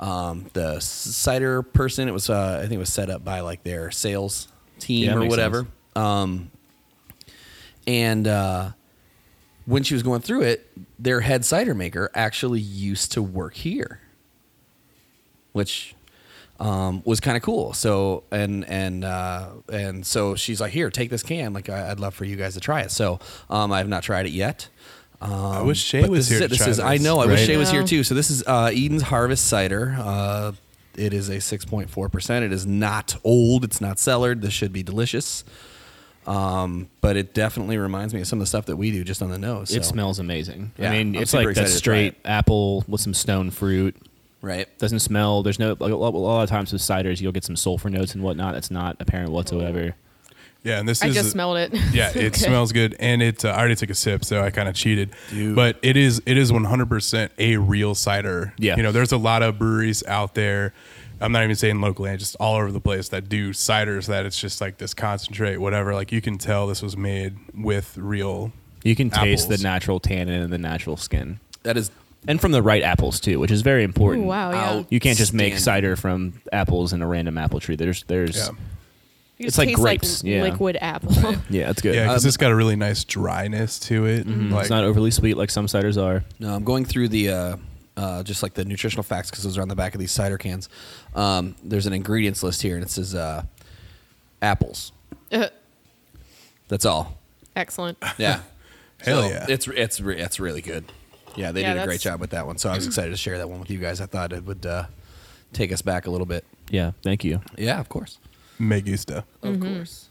Speaker 3: um, the s- cider person. It was uh, I think it was set up by like their sales team
Speaker 5: Yeah,
Speaker 3: or
Speaker 5: makes
Speaker 3: whatever.
Speaker 5: sense.
Speaker 3: Um, and uh, when she was going through it, their head cider maker actually used to work here, which um, was kind of cool. So and and uh, and so she's like, "Here, take this can. Like, I, I'd love for you guys to try it." So um, I have not tried it yet. Um, I
Speaker 1: wish Shay was here
Speaker 3: Is
Speaker 1: to
Speaker 3: it. this
Speaker 1: try
Speaker 3: is. I
Speaker 1: this,
Speaker 3: know. I wish
Speaker 1: right?
Speaker 3: Shay was here
Speaker 4: Yeah.
Speaker 3: too. So this is uh, Eden's Harvest cider. Uh, it is a six point four percent. It is not old. It's not cellared. This should be delicious. Um, but it definitely reminds me of some of the stuff that we do just on the nose.
Speaker 5: It
Speaker 3: so-
Speaker 5: smells amazing.
Speaker 3: Yeah,
Speaker 5: I mean,
Speaker 3: I'm
Speaker 5: it's
Speaker 3: super
Speaker 5: like that
Speaker 3: excited to try
Speaker 5: straight apple with some stone fruit.
Speaker 3: right.
Speaker 5: Doesn't smell. There's no like, a lot a lot of times with ciders, you'll get some sulfur notes and whatnot. That's not apparent whatsoever.
Speaker 1: Oh. Yeah, and this
Speaker 4: I
Speaker 1: is
Speaker 4: just smelled it. [LAUGHS]
Speaker 1: Yeah, it smells good, and it. Uh, I already took a sip, so I kind of cheated. But it is it is 100% a real cider.
Speaker 5: Yeah.
Speaker 1: you know, there's a lot of breweries out there. I'm not even saying locally, just all over the place that do ciders that it's just like this concentrate, whatever. Like you can tell this was made with real.
Speaker 5: You can taste
Speaker 1: Apples.
Speaker 5: the natural tannin and the natural skin,
Speaker 3: That is
Speaker 5: and from the right apples too, which is very important.
Speaker 4: Ooh, wow, yeah.
Speaker 3: Out.
Speaker 5: You can't just make
Speaker 3: Outstanding.
Speaker 5: cider from apples in a random apple tree. There's there's
Speaker 1: Yeah,
Speaker 5: yeah,
Speaker 4: You
Speaker 5: It's
Speaker 4: just
Speaker 5: like
Speaker 4: taste
Speaker 5: grapes,
Speaker 4: Like
Speaker 5: yeah.
Speaker 4: Liquid
Speaker 1: [LAUGHS]
Speaker 4: apple. [LAUGHS]
Speaker 5: that's good.
Speaker 1: yeah, because
Speaker 3: Um,
Speaker 1: it's got a really nice dryness to it. Like,
Speaker 5: Mm-hmm. it's not overly sweet like some ciders are.
Speaker 3: No, I'm going through the uh, uh, just like the nutritional facts because those are on the back of these cider cans. Um, there's an ingredients list here, and it says uh, apples. That's all.
Speaker 4: Uh,
Speaker 1: [LAUGHS]
Speaker 4: Excellent.
Speaker 3: Yeah,
Speaker 1: Hell yeah.
Speaker 3: It's it's re- it's really good. Yeah, they
Speaker 4: Yeah,
Speaker 3: did a great
Speaker 4: that's-
Speaker 3: job with that one. So I
Speaker 4: [CLEARS THROAT]
Speaker 3: was excited to share that one with you guys. I thought it would uh, take us back a little bit.
Speaker 5: Yeah, thank you.
Speaker 3: Yeah, of course,
Speaker 1: me gusta.
Speaker 3: of
Speaker 4: Mm-hmm.
Speaker 3: course.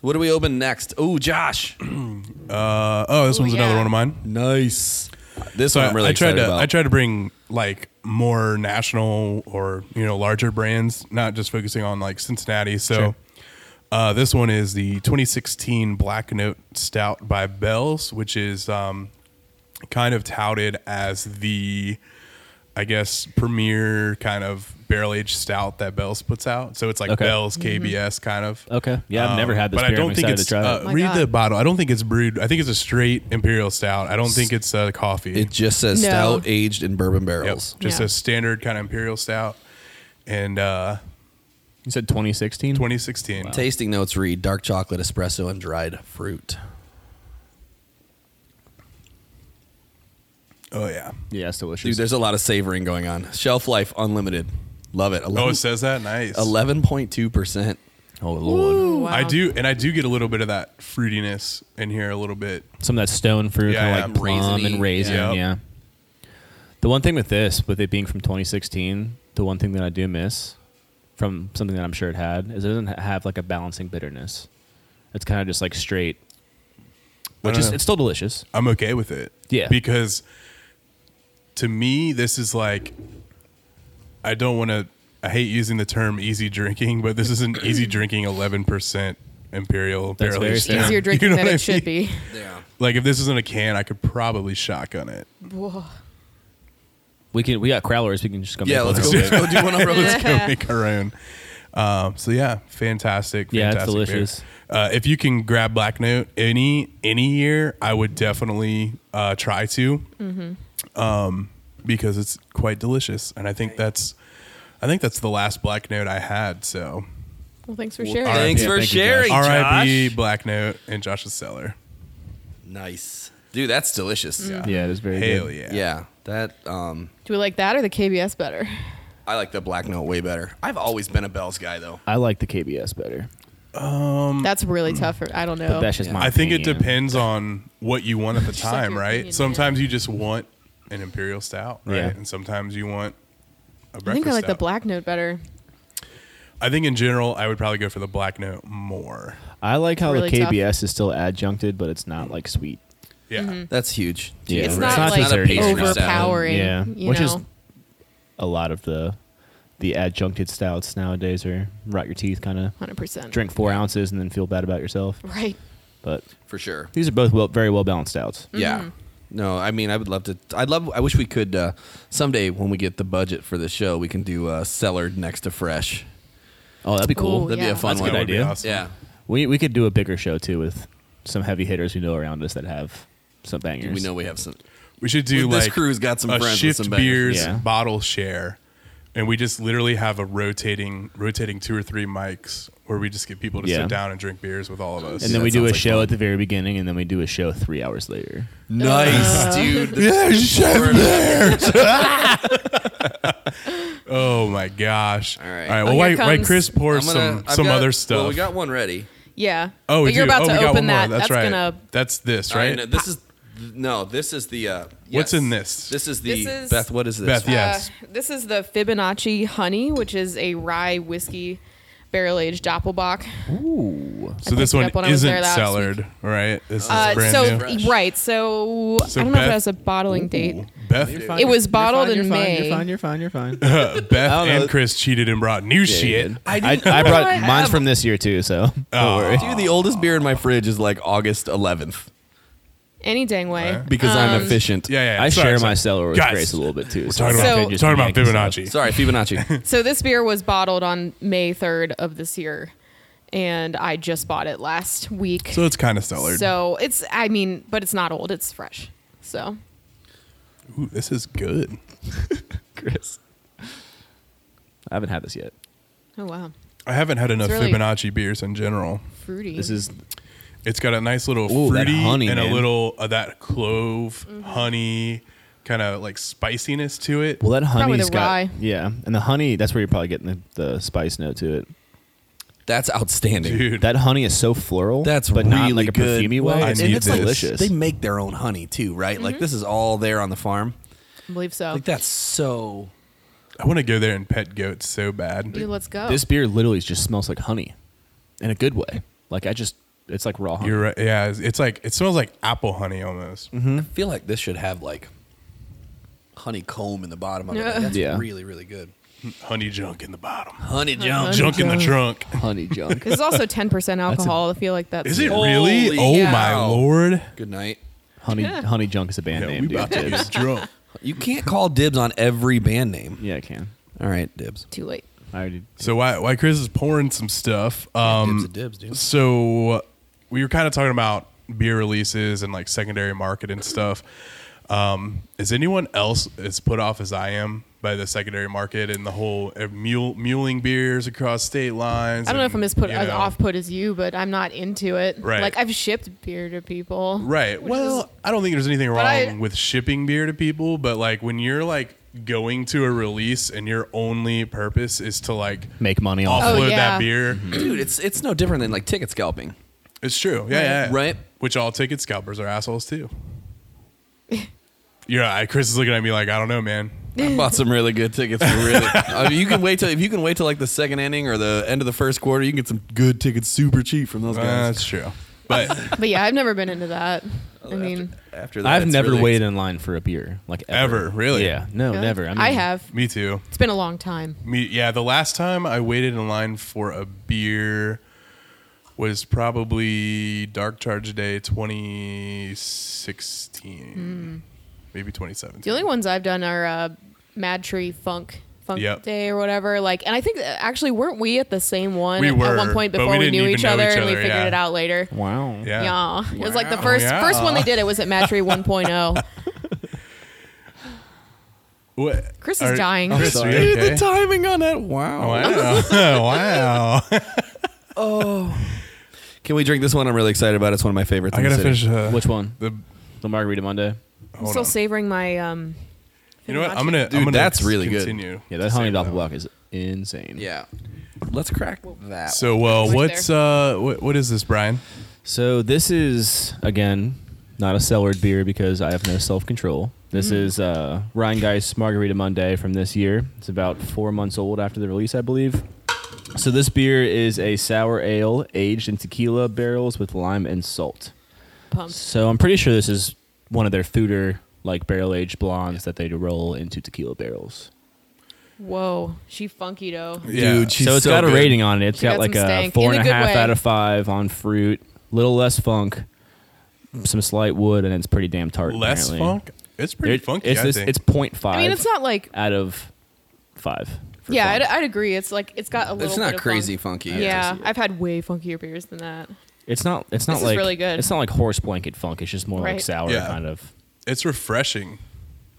Speaker 3: What do we open next? Oh, Josh,
Speaker 1: Uh, oh, this
Speaker 4: Ooh,
Speaker 1: one's another
Speaker 4: yeah.
Speaker 1: one of mine.
Speaker 3: nice. This
Speaker 1: So
Speaker 3: one
Speaker 1: I,
Speaker 3: I'm really
Speaker 1: I tried
Speaker 3: excited
Speaker 1: to
Speaker 3: about.
Speaker 1: I tried to bring like more national or you know larger brands, not just focusing on like Cincinnati. So
Speaker 5: Sure.
Speaker 1: uh, this one is the 2016 Black Note Stout by Bell's, which is um, kind of touted as the I guess premier kind of barrel aged stout that Bell's puts out. So it's like
Speaker 5: Okay.
Speaker 1: Bell's
Speaker 4: Mm-hmm.
Speaker 1: KBS kind of.
Speaker 5: Okay. Yeah, I've
Speaker 1: Um,
Speaker 5: never had this
Speaker 1: but
Speaker 5: beer.
Speaker 1: I don't
Speaker 5: am
Speaker 1: think
Speaker 5: excited
Speaker 1: it's.
Speaker 5: to try
Speaker 1: uh,
Speaker 5: it.
Speaker 4: Oh My
Speaker 1: read
Speaker 4: God.
Speaker 1: the bottle. I don't think it's brewed. I think it's a straight imperial stout. I don't think it's uh, coffee.
Speaker 3: It just says
Speaker 4: No.
Speaker 3: stout aged in bourbon
Speaker 1: Yep.
Speaker 3: barrels.
Speaker 1: Just
Speaker 4: Yeah.
Speaker 1: a standard kind of imperial stout. And uh,
Speaker 5: You said 2016.
Speaker 1: 2016.
Speaker 3: Tasting notes read dark chocolate, espresso, and dried fruit.
Speaker 1: Oh yeah.
Speaker 5: Yeah, it's delicious.
Speaker 3: Dude, there's a lot of savoring going on. Shelf life unlimited. Love it.
Speaker 1: Oh, it says that. Nice.
Speaker 3: 11.2%.
Speaker 5: oh lord.
Speaker 4: Ooh, wow.
Speaker 1: I do, and I do get a little bit of that fruitiness in here a little bit.
Speaker 5: some of that stone fruit,
Speaker 1: Yeah,
Speaker 5: kind of like
Speaker 1: yeah.
Speaker 5: plum
Speaker 3: Raisiny,
Speaker 5: and raisin.
Speaker 1: yeah.
Speaker 5: Yeah. The one thing with this, with it being from 2016, the one thing that I do miss from something that I'm sure it had is it doesn't ha- have like a balancing bitterness. It's kind of just like straight, which
Speaker 1: don't
Speaker 5: is
Speaker 1: know.
Speaker 5: it's still delicious.
Speaker 1: I'm okay with it.
Speaker 5: Yeah.
Speaker 1: Because to me, this is like I don't want to. I hate using the term easy drinking, but this is an
Speaker 5: [CLEARS THROAT]
Speaker 1: easy drinking 11% imperial
Speaker 5: That's
Speaker 1: barrel
Speaker 5: very
Speaker 1: aged stout.
Speaker 5: fair. Yeah.
Speaker 4: Easier drinking
Speaker 1: [LAUGHS] You know
Speaker 4: than
Speaker 1: what
Speaker 4: it
Speaker 1: I mean?
Speaker 4: should be.
Speaker 3: Yeah.
Speaker 1: Like if this was in a can, I could probably shotgun it.
Speaker 4: [LAUGHS] Whoa.
Speaker 5: We can we got crowlers. We can just go.
Speaker 3: Yeah,
Speaker 5: make
Speaker 3: let's
Speaker 5: one
Speaker 3: go,
Speaker 5: real
Speaker 3: let's
Speaker 5: quick.
Speaker 3: go do one on
Speaker 1: [LAUGHS]
Speaker 3: road.
Speaker 1: let's go
Speaker 4: [LAUGHS]
Speaker 1: make our own. Um, so yeah, fantastic.
Speaker 5: Yeah,
Speaker 1: fantastic
Speaker 5: it's
Speaker 1: beer.
Speaker 5: delicious.
Speaker 1: Uh, if you can grab Black Note any any year, I would definitely uh, try to, um,
Speaker 4: Mm-hmm.
Speaker 1: because it's quite delicious, and I think that's I think that's the last Black Note I had. So
Speaker 4: Well, thanks for sharing.
Speaker 3: Thanks
Speaker 5: Yeah,
Speaker 3: for
Speaker 5: thank you, Josh.
Speaker 3: sharing,
Speaker 1: R.I.P.
Speaker 3: Josh.
Speaker 1: Black Note and Josh's cellar.
Speaker 3: Nice. Dude, that's delicious. Yeah.
Speaker 5: Yeah, it is very
Speaker 1: Hell
Speaker 5: good.
Speaker 1: yeah.
Speaker 3: That um
Speaker 4: Do we like that or the KBS better?
Speaker 3: I like the black note way better. I've always been a Bell's guy though.
Speaker 5: I like the KBS better,
Speaker 1: Um,
Speaker 4: That's really
Speaker 1: mm.
Speaker 4: tough. For, I don't know.
Speaker 5: but that's just my.
Speaker 1: I think it
Speaker 5: opinion.
Speaker 1: depends on what you want at
Speaker 4: [LAUGHS]
Speaker 1: the
Speaker 4: like
Speaker 1: time,
Speaker 4: your
Speaker 1: right?
Speaker 4: opinion, yeah.
Speaker 1: sometimes you just want an imperial stout, right?
Speaker 5: Yeah.
Speaker 1: And sometimes you want a breakfast
Speaker 4: I think I like the
Speaker 1: stout.
Speaker 4: black note better.
Speaker 1: I think in general, I would probably go for the black note more.
Speaker 5: I like how
Speaker 4: Really
Speaker 5: the
Speaker 4: tough.
Speaker 5: KBS is still adjuncted, but it's not like sweet.
Speaker 1: Yeah.
Speaker 3: That's huge.
Speaker 5: Yeah,
Speaker 4: It's
Speaker 5: right.
Speaker 4: not
Speaker 5: It's not
Speaker 4: like
Speaker 5: dessert, it's
Speaker 3: pastry
Speaker 5: not-
Speaker 3: stout.
Speaker 4: overpowering.
Speaker 5: Yeah,
Speaker 4: you
Speaker 5: which is
Speaker 4: know?
Speaker 5: a lot of the the adjuncted stouts nowadays are rot your teeth kind of
Speaker 4: hundred percent.
Speaker 5: drink four ounces and then feel bad about yourself.
Speaker 4: Right.
Speaker 5: But
Speaker 3: for sure.
Speaker 5: these are both well, very well balanced outs.
Speaker 4: Mm.
Speaker 3: Yeah. No, I mean, I would love to. I'd love. I wish we could uh, someday when we get the budget for the show, we can do uh, cellar next to fresh.
Speaker 5: Oh, that'd be
Speaker 4: cool.
Speaker 5: cool.
Speaker 4: Ooh,
Speaker 3: That'd
Speaker 4: yeah.
Speaker 3: be a fun
Speaker 5: That's a
Speaker 3: one.
Speaker 5: good idea.
Speaker 3: Yeah.
Speaker 5: We we could do a bigger show too with some heavy hitters we know around us that have some bangers.
Speaker 3: we know we have some.
Speaker 1: We should do
Speaker 3: This
Speaker 1: like
Speaker 3: crew's got some
Speaker 1: a
Speaker 3: friends with
Speaker 1: shift
Speaker 3: some
Speaker 1: beers
Speaker 3: bangers.
Speaker 5: Yeah.
Speaker 1: bottle share, and we just literally have a rotating rotating two or three mics where we just get people to
Speaker 5: Yeah.
Speaker 1: sit down and drink beers with all of us. [LAUGHS]
Speaker 5: and then
Speaker 3: that
Speaker 5: we do a
Speaker 3: sounds like
Speaker 5: show
Speaker 3: fun.
Speaker 5: at the very beginning, and then we do a show three hours later.
Speaker 3: Nice, dude.
Speaker 1: [LAUGHS] oh my gosh!
Speaker 3: All right.
Speaker 1: all right.
Speaker 4: Oh,
Speaker 1: Well,
Speaker 4: here
Speaker 1: why, why
Speaker 4: comes-
Speaker 1: Chris pours
Speaker 3: I'm gonna-
Speaker 1: some
Speaker 3: I've
Speaker 1: some
Speaker 3: got-
Speaker 1: other stuff?
Speaker 3: Well, we got one ready.
Speaker 4: Yeah.
Speaker 1: oh, we
Speaker 4: but you're
Speaker 1: do.
Speaker 4: about
Speaker 1: oh,
Speaker 4: to
Speaker 1: we got one
Speaker 4: open
Speaker 1: more.
Speaker 4: that.
Speaker 1: That's, right.
Speaker 4: gonna.
Speaker 1: That's this,
Speaker 3: All
Speaker 1: right?
Speaker 3: no, uh, this is no. This is the. Uh,
Speaker 1: What's
Speaker 3: yes.
Speaker 1: in this?
Speaker 3: This is the
Speaker 4: This is-
Speaker 3: Beth. What is this?
Speaker 1: Beth, yeah. Yes.
Speaker 4: Uh, this is the Fibonacci Honey, which is a rye whiskey barrel aged doppelbock.
Speaker 5: Ooh,
Speaker 1: so this
Speaker 4: picked it
Speaker 1: one
Speaker 4: up when I was
Speaker 1: isn't
Speaker 4: there last
Speaker 1: cellared, right? This is
Speaker 4: Uh,
Speaker 1: brand
Speaker 4: so
Speaker 1: new.
Speaker 3: Fresh.
Speaker 4: right, so,
Speaker 1: So
Speaker 4: I don't know if
Speaker 1: Beth-
Speaker 4: that was a bottling
Speaker 1: Ooh,
Speaker 4: date.
Speaker 1: Beth,
Speaker 4: It was bottled in May.
Speaker 5: You're fine. You're fine.
Speaker 1: Beth and
Speaker 5: know.
Speaker 1: Chris cheated and brought new shit.
Speaker 5: I,
Speaker 3: didn't
Speaker 5: [LAUGHS] I, brought
Speaker 4: I
Speaker 5: mine's
Speaker 4: have-
Speaker 5: from this year too, so don't worry.
Speaker 3: Dude, the oldest beer in my fridge is like August 11th
Speaker 4: Any dang way.
Speaker 1: Alright.
Speaker 3: because
Speaker 4: Um,
Speaker 3: I'm efficient.
Speaker 1: Yeah, yeah.
Speaker 5: I
Speaker 1: sorry,
Speaker 5: share
Speaker 1: sorry.
Speaker 5: my cellar with
Speaker 1: Guys,
Speaker 5: Grace a little bit too. We're
Speaker 1: Talking
Speaker 4: So-
Speaker 1: about,
Speaker 4: Okay, just
Speaker 1: talking about Fibonacci.
Speaker 3: Sorry,
Speaker 5: [LAUGHS]
Speaker 3: Fibonacci.
Speaker 4: [LAUGHS] So this beer was bottled on May 3rd of this year, and I just bought it last week.
Speaker 1: So it's kind of cellared.
Speaker 4: So it's, I mean, but it's not old. It's fresh. So
Speaker 1: Ooh, this is good.
Speaker 5: Chris. I haven't had this yet.
Speaker 4: oh wow,
Speaker 1: I haven't had enough
Speaker 4: really-
Speaker 1: Fibonacci beers in general.
Speaker 4: fruity.
Speaker 5: This is
Speaker 1: It's got a nice little
Speaker 5: Ooh, that
Speaker 1: fruity
Speaker 5: honey,
Speaker 1: and
Speaker 5: man.
Speaker 1: a little of that clove, honey, kind of like spiciness to it.
Speaker 5: well that
Speaker 4: Probably the
Speaker 5: honey's got
Speaker 4: rye.
Speaker 5: yeah, and the honey that's where you're probably getting the, the spice note to it.
Speaker 3: That's outstanding.
Speaker 1: Dude,
Speaker 5: That honey is so floral.
Speaker 3: That's
Speaker 5: but
Speaker 3: really
Speaker 5: not like a
Speaker 3: good.
Speaker 5: perfumey way.
Speaker 1: Well, I
Speaker 5: it's,
Speaker 1: need
Speaker 5: and it's
Speaker 1: this.
Speaker 5: delicious.
Speaker 3: They make their own honey too, right? Like this is all there on the farm.
Speaker 4: I believe so.
Speaker 3: Mm-hmm. Like that's so.
Speaker 1: I want to go there and pet goats so bad.
Speaker 4: Dude, let's go.
Speaker 5: this beer literally just smells like honey, in a good way. Like I just, it's like raw honey.
Speaker 1: You're right. Yeah, it's, it's like it smells like apple honey almost.
Speaker 3: I feel like this should have like honeycomb in the bottom of it. Like, that's
Speaker 5: Yeah.
Speaker 3: really really good.
Speaker 1: Honey junk in the bottom.
Speaker 3: Honey jump.
Speaker 4: honey.
Speaker 1: Junk in the trunk.
Speaker 5: honey Mm-hmm.
Speaker 3: [LAUGHS]
Speaker 5: junk.
Speaker 4: This is also
Speaker 1: [LAUGHS]
Speaker 4: 10% alcohol. I feel like that's
Speaker 1: Is it
Speaker 3: Holy
Speaker 1: really? Oh my
Speaker 3: cow.
Speaker 1: lord.
Speaker 3: Good night.
Speaker 5: honey, honey junk is a band
Speaker 1: Yeah,
Speaker 5: name.
Speaker 1: we
Speaker 5: dude.
Speaker 1: about to
Speaker 5: [LAUGHS] Dibs.
Speaker 1: get drunk.
Speaker 3: You can't call dibs on every band name.
Speaker 5: Yeah, I can.
Speaker 3: All right, dibs.
Speaker 4: too late.
Speaker 5: I already.
Speaker 1: So why why Chris is pouring some stuff? Um,
Speaker 3: dibs a dibs, dude.
Speaker 1: So we were kind of talking about beer releases and like secondary market and stuff. Um, is anyone else as put off as I am by the secondary market and the whole uh, mule muling beers across state lines?
Speaker 4: I don't know if
Speaker 1: and,
Speaker 4: I'm as put
Speaker 1: you
Speaker 4: as
Speaker 1: know-
Speaker 4: off put as you, but I'm not into it.
Speaker 1: Right.
Speaker 4: Like I've shipped beer to people.
Speaker 1: Right.
Speaker 4: which
Speaker 1: Well,
Speaker 4: is-
Speaker 1: I don't think there's anything wrong
Speaker 4: I-
Speaker 1: with shipping beer to people, but like when you're like going to a release and your only purpose is to like
Speaker 5: Make money off
Speaker 1: offload
Speaker 5: it.
Speaker 4: Oh, yeah.
Speaker 1: that beer,
Speaker 3: Dude, it's it's no different than like ticket scalping.
Speaker 1: It's true. Yeah, yeah, yeah.
Speaker 3: Right?
Speaker 1: Which all ticket scalpers are assholes
Speaker 4: [LAUGHS]
Speaker 1: too. You're right. Chris is looking at me like, I don't know, man.
Speaker 3: I bought some really good tickets. For [LAUGHS] really, I mean, you can wait till if you can wait till like the second inning or the end of the first quarter, you can get some good tickets super cheap from those
Speaker 1: Uh,
Speaker 3: guys.
Speaker 1: that's true. But
Speaker 4: but yeah, I've never been into
Speaker 1: [LAUGHS]
Speaker 4: that. I mean,
Speaker 3: After that,
Speaker 5: I've
Speaker 3: it's
Speaker 5: never
Speaker 3: really-
Speaker 5: waited in line for a beer like ever.
Speaker 1: Ever, really?
Speaker 5: Yeah. No,
Speaker 4: really?
Speaker 5: never. I, mean,
Speaker 4: I have.
Speaker 1: me too.
Speaker 4: It's been a long time.
Speaker 1: Me, yeah. The last time I waited in line for a beer was probably Dark Charge Day
Speaker 4: Hmm.
Speaker 1: 2016, maybe 2017.
Speaker 4: The only ones I've done are uh, Mad Tree Funk Funk
Speaker 1: Yep.
Speaker 4: Day or whatever. Like, and I think uh, actually weren't we at the same one
Speaker 1: We
Speaker 4: at- at
Speaker 1: were,
Speaker 4: one point
Speaker 1: but we
Speaker 4: before we,
Speaker 1: didn't
Speaker 4: knew
Speaker 1: even
Speaker 4: each
Speaker 1: know
Speaker 4: other,
Speaker 1: each
Speaker 4: and we
Speaker 1: other,
Speaker 4: figured
Speaker 1: yeah.
Speaker 4: it out later.
Speaker 5: Wow.
Speaker 1: yeah.
Speaker 4: Yeah. It was like the
Speaker 1: Wow.
Speaker 4: first
Speaker 1: Yeah.
Speaker 4: first one oh. they did. It was at Mad Tree 1.0.
Speaker 1: What?
Speaker 4: Chris is
Speaker 1: Are-
Speaker 4: dying.
Speaker 1: Chris, are
Speaker 5: sorry.
Speaker 1: you
Speaker 3: Dude,
Speaker 1: okay?
Speaker 4: [LAUGHS]
Speaker 3: the timing on that. Wow.
Speaker 1: Wow. [LAUGHS] wow.
Speaker 3: Can we drink this one? I'm really excited about. it. It's one of my favorites.
Speaker 1: I
Speaker 3: in the
Speaker 1: gotta
Speaker 3: city.
Speaker 1: finish. Uh,
Speaker 5: Which one?
Speaker 1: The,
Speaker 5: The Margarita Monday.
Speaker 4: I'm
Speaker 1: hold
Speaker 4: still
Speaker 1: on.
Speaker 4: savoring my. um
Speaker 1: You know what?
Speaker 4: Fibonacci.
Speaker 1: I'm gonna. I'm
Speaker 3: Dude,
Speaker 1: gonna
Speaker 3: that's really good.
Speaker 1: continue
Speaker 5: Yeah,
Speaker 1: to
Speaker 5: that honey
Speaker 1: save one.
Speaker 5: doppelbock is insane.
Speaker 3: Yeah. Let's crack that.
Speaker 1: So, uh,
Speaker 4: Right
Speaker 1: what's uh, what, what is this, Brian?
Speaker 5: So this is again not a cellared beer because I have no self control. This is uh, Rheingeist Margarita Monday from this year. It's about four months old after the release, I believe. So this beer is a sour ale aged in tequila barrels with lime and salt.
Speaker 4: pumped.
Speaker 5: So I'm pretty sure this is one of their fooder like barrel aged blondes that they roll into tequila barrels.
Speaker 4: Whoa, she funky though.
Speaker 3: Dude, she's
Speaker 5: so it's got
Speaker 3: good.
Speaker 5: a rating on it. It's
Speaker 4: She
Speaker 5: got,
Speaker 4: got
Speaker 5: like
Speaker 4: some
Speaker 5: a
Speaker 4: stank.
Speaker 5: four
Speaker 4: In
Speaker 5: and
Speaker 4: a
Speaker 5: a
Speaker 4: good
Speaker 5: half
Speaker 4: way.
Speaker 5: out of five on fruit, little less funk, some slight wood, and it's pretty damn tart.
Speaker 1: Less
Speaker 5: apparently.
Speaker 1: funk. It's pretty
Speaker 5: It-
Speaker 1: funky.
Speaker 5: It's
Speaker 1: I
Speaker 5: this,
Speaker 1: think.
Speaker 5: it's 0.5
Speaker 4: I mean, it's not like
Speaker 5: out of five. for
Speaker 4: yeah, uh, I'd,
Speaker 5: funk.
Speaker 4: I'd agree. It's like it's got a little.
Speaker 3: It's
Speaker 4: bit
Speaker 3: not
Speaker 4: of
Speaker 3: crazy
Speaker 4: funk.
Speaker 3: funky.
Speaker 4: Yeah, I've had way funkier beers than that.
Speaker 5: it's not. It's not
Speaker 4: This is
Speaker 5: like
Speaker 4: really good.
Speaker 5: It's not like horse blanket funk. It's just more like
Speaker 4: Right.
Speaker 5: sour
Speaker 1: Yeah.
Speaker 5: kind of.
Speaker 1: it's refreshing.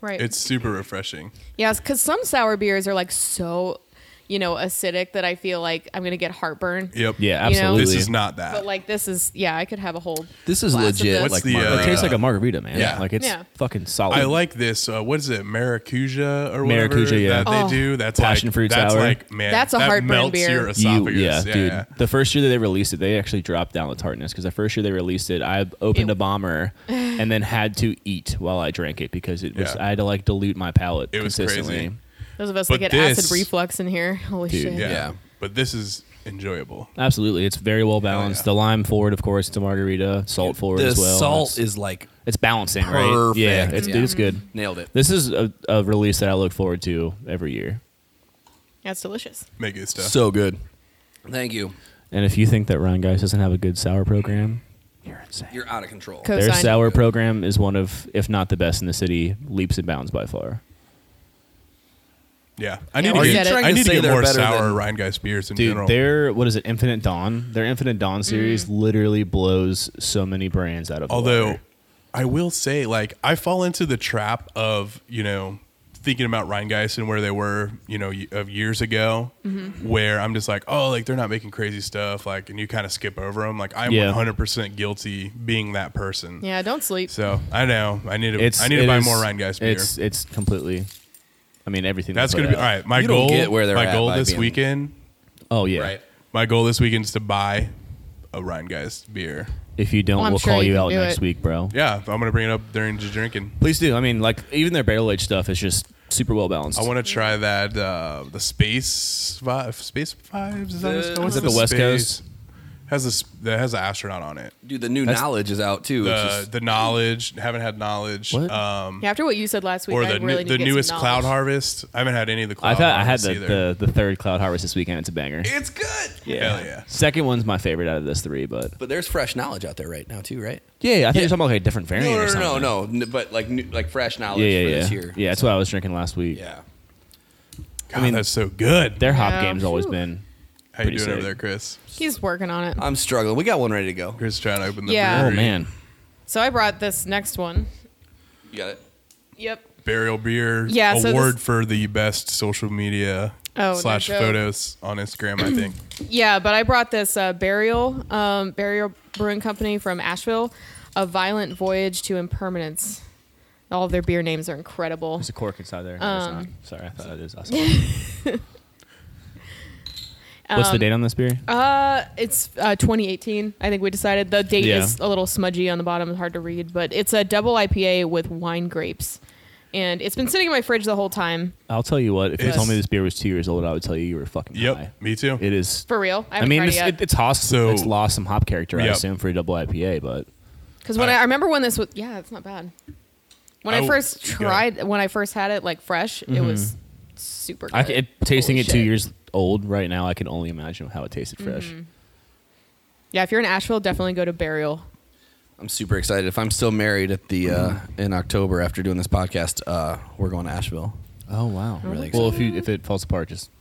Speaker 4: Right.
Speaker 1: It's super refreshing.
Speaker 4: Yeah, because some sour beers are like so, you know, acidic that I feel like I'm gonna get heartburn.
Speaker 1: Yep.
Speaker 5: Yeah,
Speaker 4: You know?
Speaker 5: absolutely.
Speaker 1: This is not that.
Speaker 4: But like this is, yeah, I could have a whole.
Speaker 3: This is
Speaker 4: glass of
Speaker 3: legit.
Speaker 4: this.
Speaker 1: What's
Speaker 3: like
Speaker 1: the,
Speaker 5: it
Speaker 3: margarita.
Speaker 5: tastes like a margarita, man.
Speaker 1: yeah.
Speaker 5: like it's
Speaker 4: Yeah.
Speaker 5: fucking solid.
Speaker 1: I like this. Uh, what is it, maracuja or whatever
Speaker 5: Maracuja, yeah.
Speaker 1: that they
Speaker 4: Oh.
Speaker 1: do? That's
Speaker 5: Passion
Speaker 1: like,
Speaker 5: fruit
Speaker 1: that's
Speaker 5: sour.
Speaker 1: like man,
Speaker 4: That's a
Speaker 1: that
Speaker 4: heartburn
Speaker 1: melts
Speaker 4: beer.
Speaker 1: Your
Speaker 5: You,
Speaker 1: esophagus.
Speaker 5: yeah, dude.
Speaker 1: yeah.
Speaker 5: The first year that they released it, they actually dropped down the tartness because the first year they released it, I opened
Speaker 4: Ew.
Speaker 5: a bomber and then had to eat while I drank it because it was
Speaker 1: Yeah.
Speaker 5: I had to like dilute my palate
Speaker 1: It was
Speaker 5: consistently.
Speaker 1: crazy.
Speaker 4: Those of us
Speaker 1: But
Speaker 4: that get
Speaker 1: this-
Speaker 4: acid reflux in here, holy
Speaker 5: Dude,
Speaker 4: shit!
Speaker 1: Yeah.
Speaker 3: Yeah.
Speaker 1: But this is enjoyable.
Speaker 5: Absolutely, it's very well balanced.
Speaker 1: yeah.
Speaker 5: The lime forward, of course, it's a margarita. Salt forward
Speaker 3: the
Speaker 5: as well.
Speaker 3: salt
Speaker 5: It's-
Speaker 3: is like
Speaker 5: it's balancing, right?
Speaker 3: perfect.
Speaker 5: Yeah, it's dude,
Speaker 3: Yeah.
Speaker 5: it's good.
Speaker 3: nailed it.
Speaker 5: This is a, a release that I look forward to every year.
Speaker 4: That's delicious.
Speaker 1: Make good stuff.
Speaker 3: So good. Thank you.
Speaker 5: And if you think that Ryan Guys doesn't have a good sour program, you're insane.
Speaker 3: You're out of control.
Speaker 4: Co-
Speaker 5: Their
Speaker 4: Cosine.
Speaker 5: sour program is one of, if not the best in the city, leaps and bounds by far.
Speaker 1: yeah. I
Speaker 4: Yeah,
Speaker 1: need
Speaker 4: we
Speaker 1: to
Speaker 4: said
Speaker 1: get
Speaker 4: it.
Speaker 1: I need
Speaker 3: Trying to
Speaker 1: to
Speaker 3: say
Speaker 1: get
Speaker 3: they're
Speaker 1: more
Speaker 3: better
Speaker 1: sour
Speaker 3: than-
Speaker 1: Rheingeist beers in
Speaker 5: Dude,
Speaker 1: general.
Speaker 5: their what is it? Infinite Dawn. Their Infinite
Speaker 4: Mm.
Speaker 5: Dawn series literally blows so many brands out of. the
Speaker 1: Although
Speaker 5: water.
Speaker 1: I will say, like, I fall into the trap of, you know, thinking about Rheingeist and where they were, you know, y- of years ago,
Speaker 3: Mm-hmm.
Speaker 1: where I'm just like, oh, like, they're not making crazy stuff. Like, and you kind of skip over them. Like, I'm
Speaker 5: Yeah.
Speaker 1: 100% guilty being that person.
Speaker 4: Yeah, don't sleep.
Speaker 1: So I know. I need to,
Speaker 5: it's
Speaker 1: I need to
Speaker 5: it
Speaker 1: buy
Speaker 5: is-
Speaker 1: more Rheingeist beer.
Speaker 5: It's it's completely. I mean everything.
Speaker 1: That's
Speaker 5: they
Speaker 1: going to
Speaker 5: put
Speaker 1: be, all
Speaker 5: out.
Speaker 1: right. My
Speaker 3: You don't
Speaker 1: goal,
Speaker 3: get where they're
Speaker 1: my
Speaker 3: at
Speaker 1: goal
Speaker 3: by
Speaker 1: this
Speaker 3: being-
Speaker 1: weekend,
Speaker 5: Oh yeah.
Speaker 3: Right.
Speaker 1: my goal this weekend is to buy a Rheingeist beer.
Speaker 5: If you don't,
Speaker 4: Well, I'm
Speaker 5: we'll
Speaker 4: sure
Speaker 5: call
Speaker 4: you
Speaker 5: you
Speaker 4: can
Speaker 5: out
Speaker 4: do
Speaker 5: next
Speaker 4: it.
Speaker 5: week, bro.
Speaker 1: Yeah. I'm going to bring it up during the drinking.
Speaker 5: Please do. I mean, like even their barrel aged stuff is just super well balanced.
Speaker 1: I want to try that uh, the space vi- space vibes. Is that, what it's
Speaker 3: The-
Speaker 1: called? What's
Speaker 5: Is it the West Coast?
Speaker 1: Has a s- that has an astronaut on it.
Speaker 3: Dude, the new
Speaker 5: That's-
Speaker 3: knowledge is out too.
Speaker 1: The
Speaker 3: it's just,
Speaker 1: the knowledge haven't had knowledge.
Speaker 5: What?
Speaker 1: Um,
Speaker 4: Yeah, after what you said last week,
Speaker 1: or
Speaker 4: I
Speaker 1: the
Speaker 4: really
Speaker 1: new-
Speaker 4: need
Speaker 1: the
Speaker 4: to get some
Speaker 1: newest Cloud
Speaker 4: knowledge.
Speaker 1: Harvest. I haven't had any of the Cloud.
Speaker 5: I thought I had
Speaker 1: Harvest
Speaker 5: the,
Speaker 1: either.
Speaker 5: the the third cloud harvest this weekend. It's a banger.
Speaker 3: it's good.
Speaker 1: Hell yeah.
Speaker 5: Second one's my favorite out of this three, but
Speaker 3: But there's fresh knowledge out there right now too, right?
Speaker 5: yeah, yeah I think
Speaker 3: Yeah.
Speaker 5: you're talking about like a different variant
Speaker 3: No,
Speaker 5: or
Speaker 3: no,
Speaker 5: something.
Speaker 3: no, no, no. N- But like, new, like fresh knowledge
Speaker 5: Yeah, yeah,
Speaker 3: for
Speaker 5: yeah.
Speaker 3: this year.
Speaker 5: Yeah, that's what I was drinking last week.
Speaker 3: Yeah.
Speaker 1: God, I mean, that's so good.
Speaker 5: Their hop
Speaker 4: Yeah.
Speaker 5: game's always
Speaker 4: Phew.
Speaker 5: been.
Speaker 1: How you
Speaker 5: pretty
Speaker 1: doing over
Speaker 5: sick.
Speaker 1: there, Chris?
Speaker 4: He's working on it.
Speaker 3: I'm struggling. We got one ready to go.
Speaker 1: Chris trying to open the
Speaker 4: Yeah.
Speaker 5: Oh
Speaker 1: brewery.
Speaker 5: man,
Speaker 4: So I brought this next one.
Speaker 3: You got it.
Speaker 4: Yep.
Speaker 1: Burial Beer
Speaker 4: Yeah, so
Speaker 1: Award
Speaker 4: this-
Speaker 1: for the best social media
Speaker 4: Oh, no
Speaker 1: slash
Speaker 4: joke.
Speaker 1: photos on Instagram. I
Speaker 5: [CLEARS THROAT]
Speaker 1: think.
Speaker 4: Yeah, but I brought this uh, burial, um, burial brewing company from Asheville, a violent voyage to impermanence. All of their beer names are incredible.
Speaker 5: there's a cork inside there.
Speaker 4: Um,
Speaker 5: Sorry, I thought it is. I saw it. What's the date on this beer?
Speaker 4: um, Uh, it's uh, 2018. I think we decided the date
Speaker 5: Yeah.
Speaker 4: is a little smudgy on the bottom, it's hard to read, but it's a double IPA with wine grapes, and it's been sitting in my fridge the whole time.
Speaker 5: I'll tell you what. If you
Speaker 1: It's-
Speaker 5: told me this beer was two years old, I would tell you you were fucking
Speaker 1: Yep,
Speaker 5: high.
Speaker 1: me too.
Speaker 5: It is.
Speaker 4: For real, I
Speaker 5: I,
Speaker 4: haven't
Speaker 5: mean,
Speaker 4: tried
Speaker 5: it's,
Speaker 4: it yet.
Speaker 5: it, it's lost.
Speaker 1: So-
Speaker 5: it's lost some hop character, I
Speaker 1: Yep.
Speaker 5: assume, for a double IPA. But
Speaker 4: Because when I,
Speaker 1: I-
Speaker 4: I remember when this was, yeah, it's not bad. When
Speaker 1: I
Speaker 5: Oh,
Speaker 4: I,
Speaker 1: w-
Speaker 4: first
Speaker 1: you go.
Speaker 4: tried, when I first had it like fresh, it was super. Good.
Speaker 5: Mm-hmm. I, c- it, tasting
Speaker 4: Holy
Speaker 5: it two
Speaker 4: shit.
Speaker 5: years old right now, I can only imagine how it tasted fresh.
Speaker 4: Mm-hmm. Yeah, if you're in Asheville, definitely go to Burial.
Speaker 3: I'm super excited. If I'm still married at the uh, in October after doing this podcast, uh, we're going to Asheville.
Speaker 5: Oh wow!
Speaker 3: Really
Speaker 5: well, if you if it falls apart, just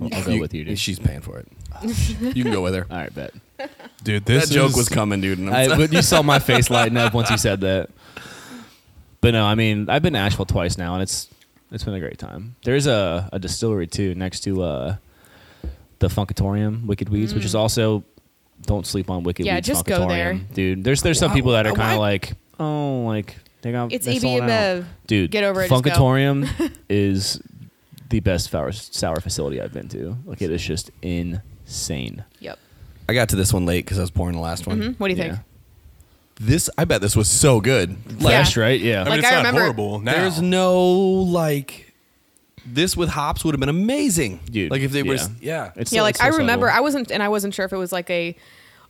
Speaker 5: I'll, I'll go
Speaker 3: You-
Speaker 5: with you, dude.
Speaker 3: She's paying [LAUGHS] for it. you can go with her.
Speaker 5: All right, bet.
Speaker 1: Dude, this
Speaker 3: that joke
Speaker 1: is-
Speaker 3: was coming, dude. And I'm
Speaker 5: I,
Speaker 3: so-
Speaker 5: but you
Speaker 4: [LAUGHS]
Speaker 5: saw my face lighten up once you said that. But no, I mean I've been to Asheville twice now, and it's it's been a great time. There's a, a distillery too next to uh, the Funkatorium Wicked Weeds, which is also don't sleep on Wicked
Speaker 4: Mm. Yeah,
Speaker 5: Weeds.
Speaker 4: just go there.
Speaker 5: Funkatorium. dude. There's there's some
Speaker 3: Why-
Speaker 5: people that are
Speaker 3: why-
Speaker 5: kind of like oh like they got
Speaker 4: It's
Speaker 5: they're
Speaker 4: AB
Speaker 5: sold out."
Speaker 4: InBev.
Speaker 5: dude.
Speaker 4: Get over it, just go. [LAUGHS]
Speaker 5: Funkatorium is the best sour sour facility I've been to. Like it is just insane.
Speaker 4: Yep.
Speaker 3: I got to this one late because I was pouring the last one.
Speaker 4: hmm What do you think?
Speaker 5: Yeah.
Speaker 3: This, I bet this was so good.
Speaker 5: Fresh, right? Yeah.
Speaker 1: I mean,
Speaker 4: Like,
Speaker 1: it's
Speaker 4: I
Speaker 1: not
Speaker 4: remember-
Speaker 1: horrible now.
Speaker 3: There's no like this with hops would have been amazing.
Speaker 5: Dude,
Speaker 3: like if they were,
Speaker 5: yeah.
Speaker 3: yeah.
Speaker 5: It's
Speaker 4: yeah,
Speaker 5: so-
Speaker 4: like
Speaker 5: it's so
Speaker 4: I remember,
Speaker 5: subtle.
Speaker 4: I wasn't, and I wasn't sure if it was like a,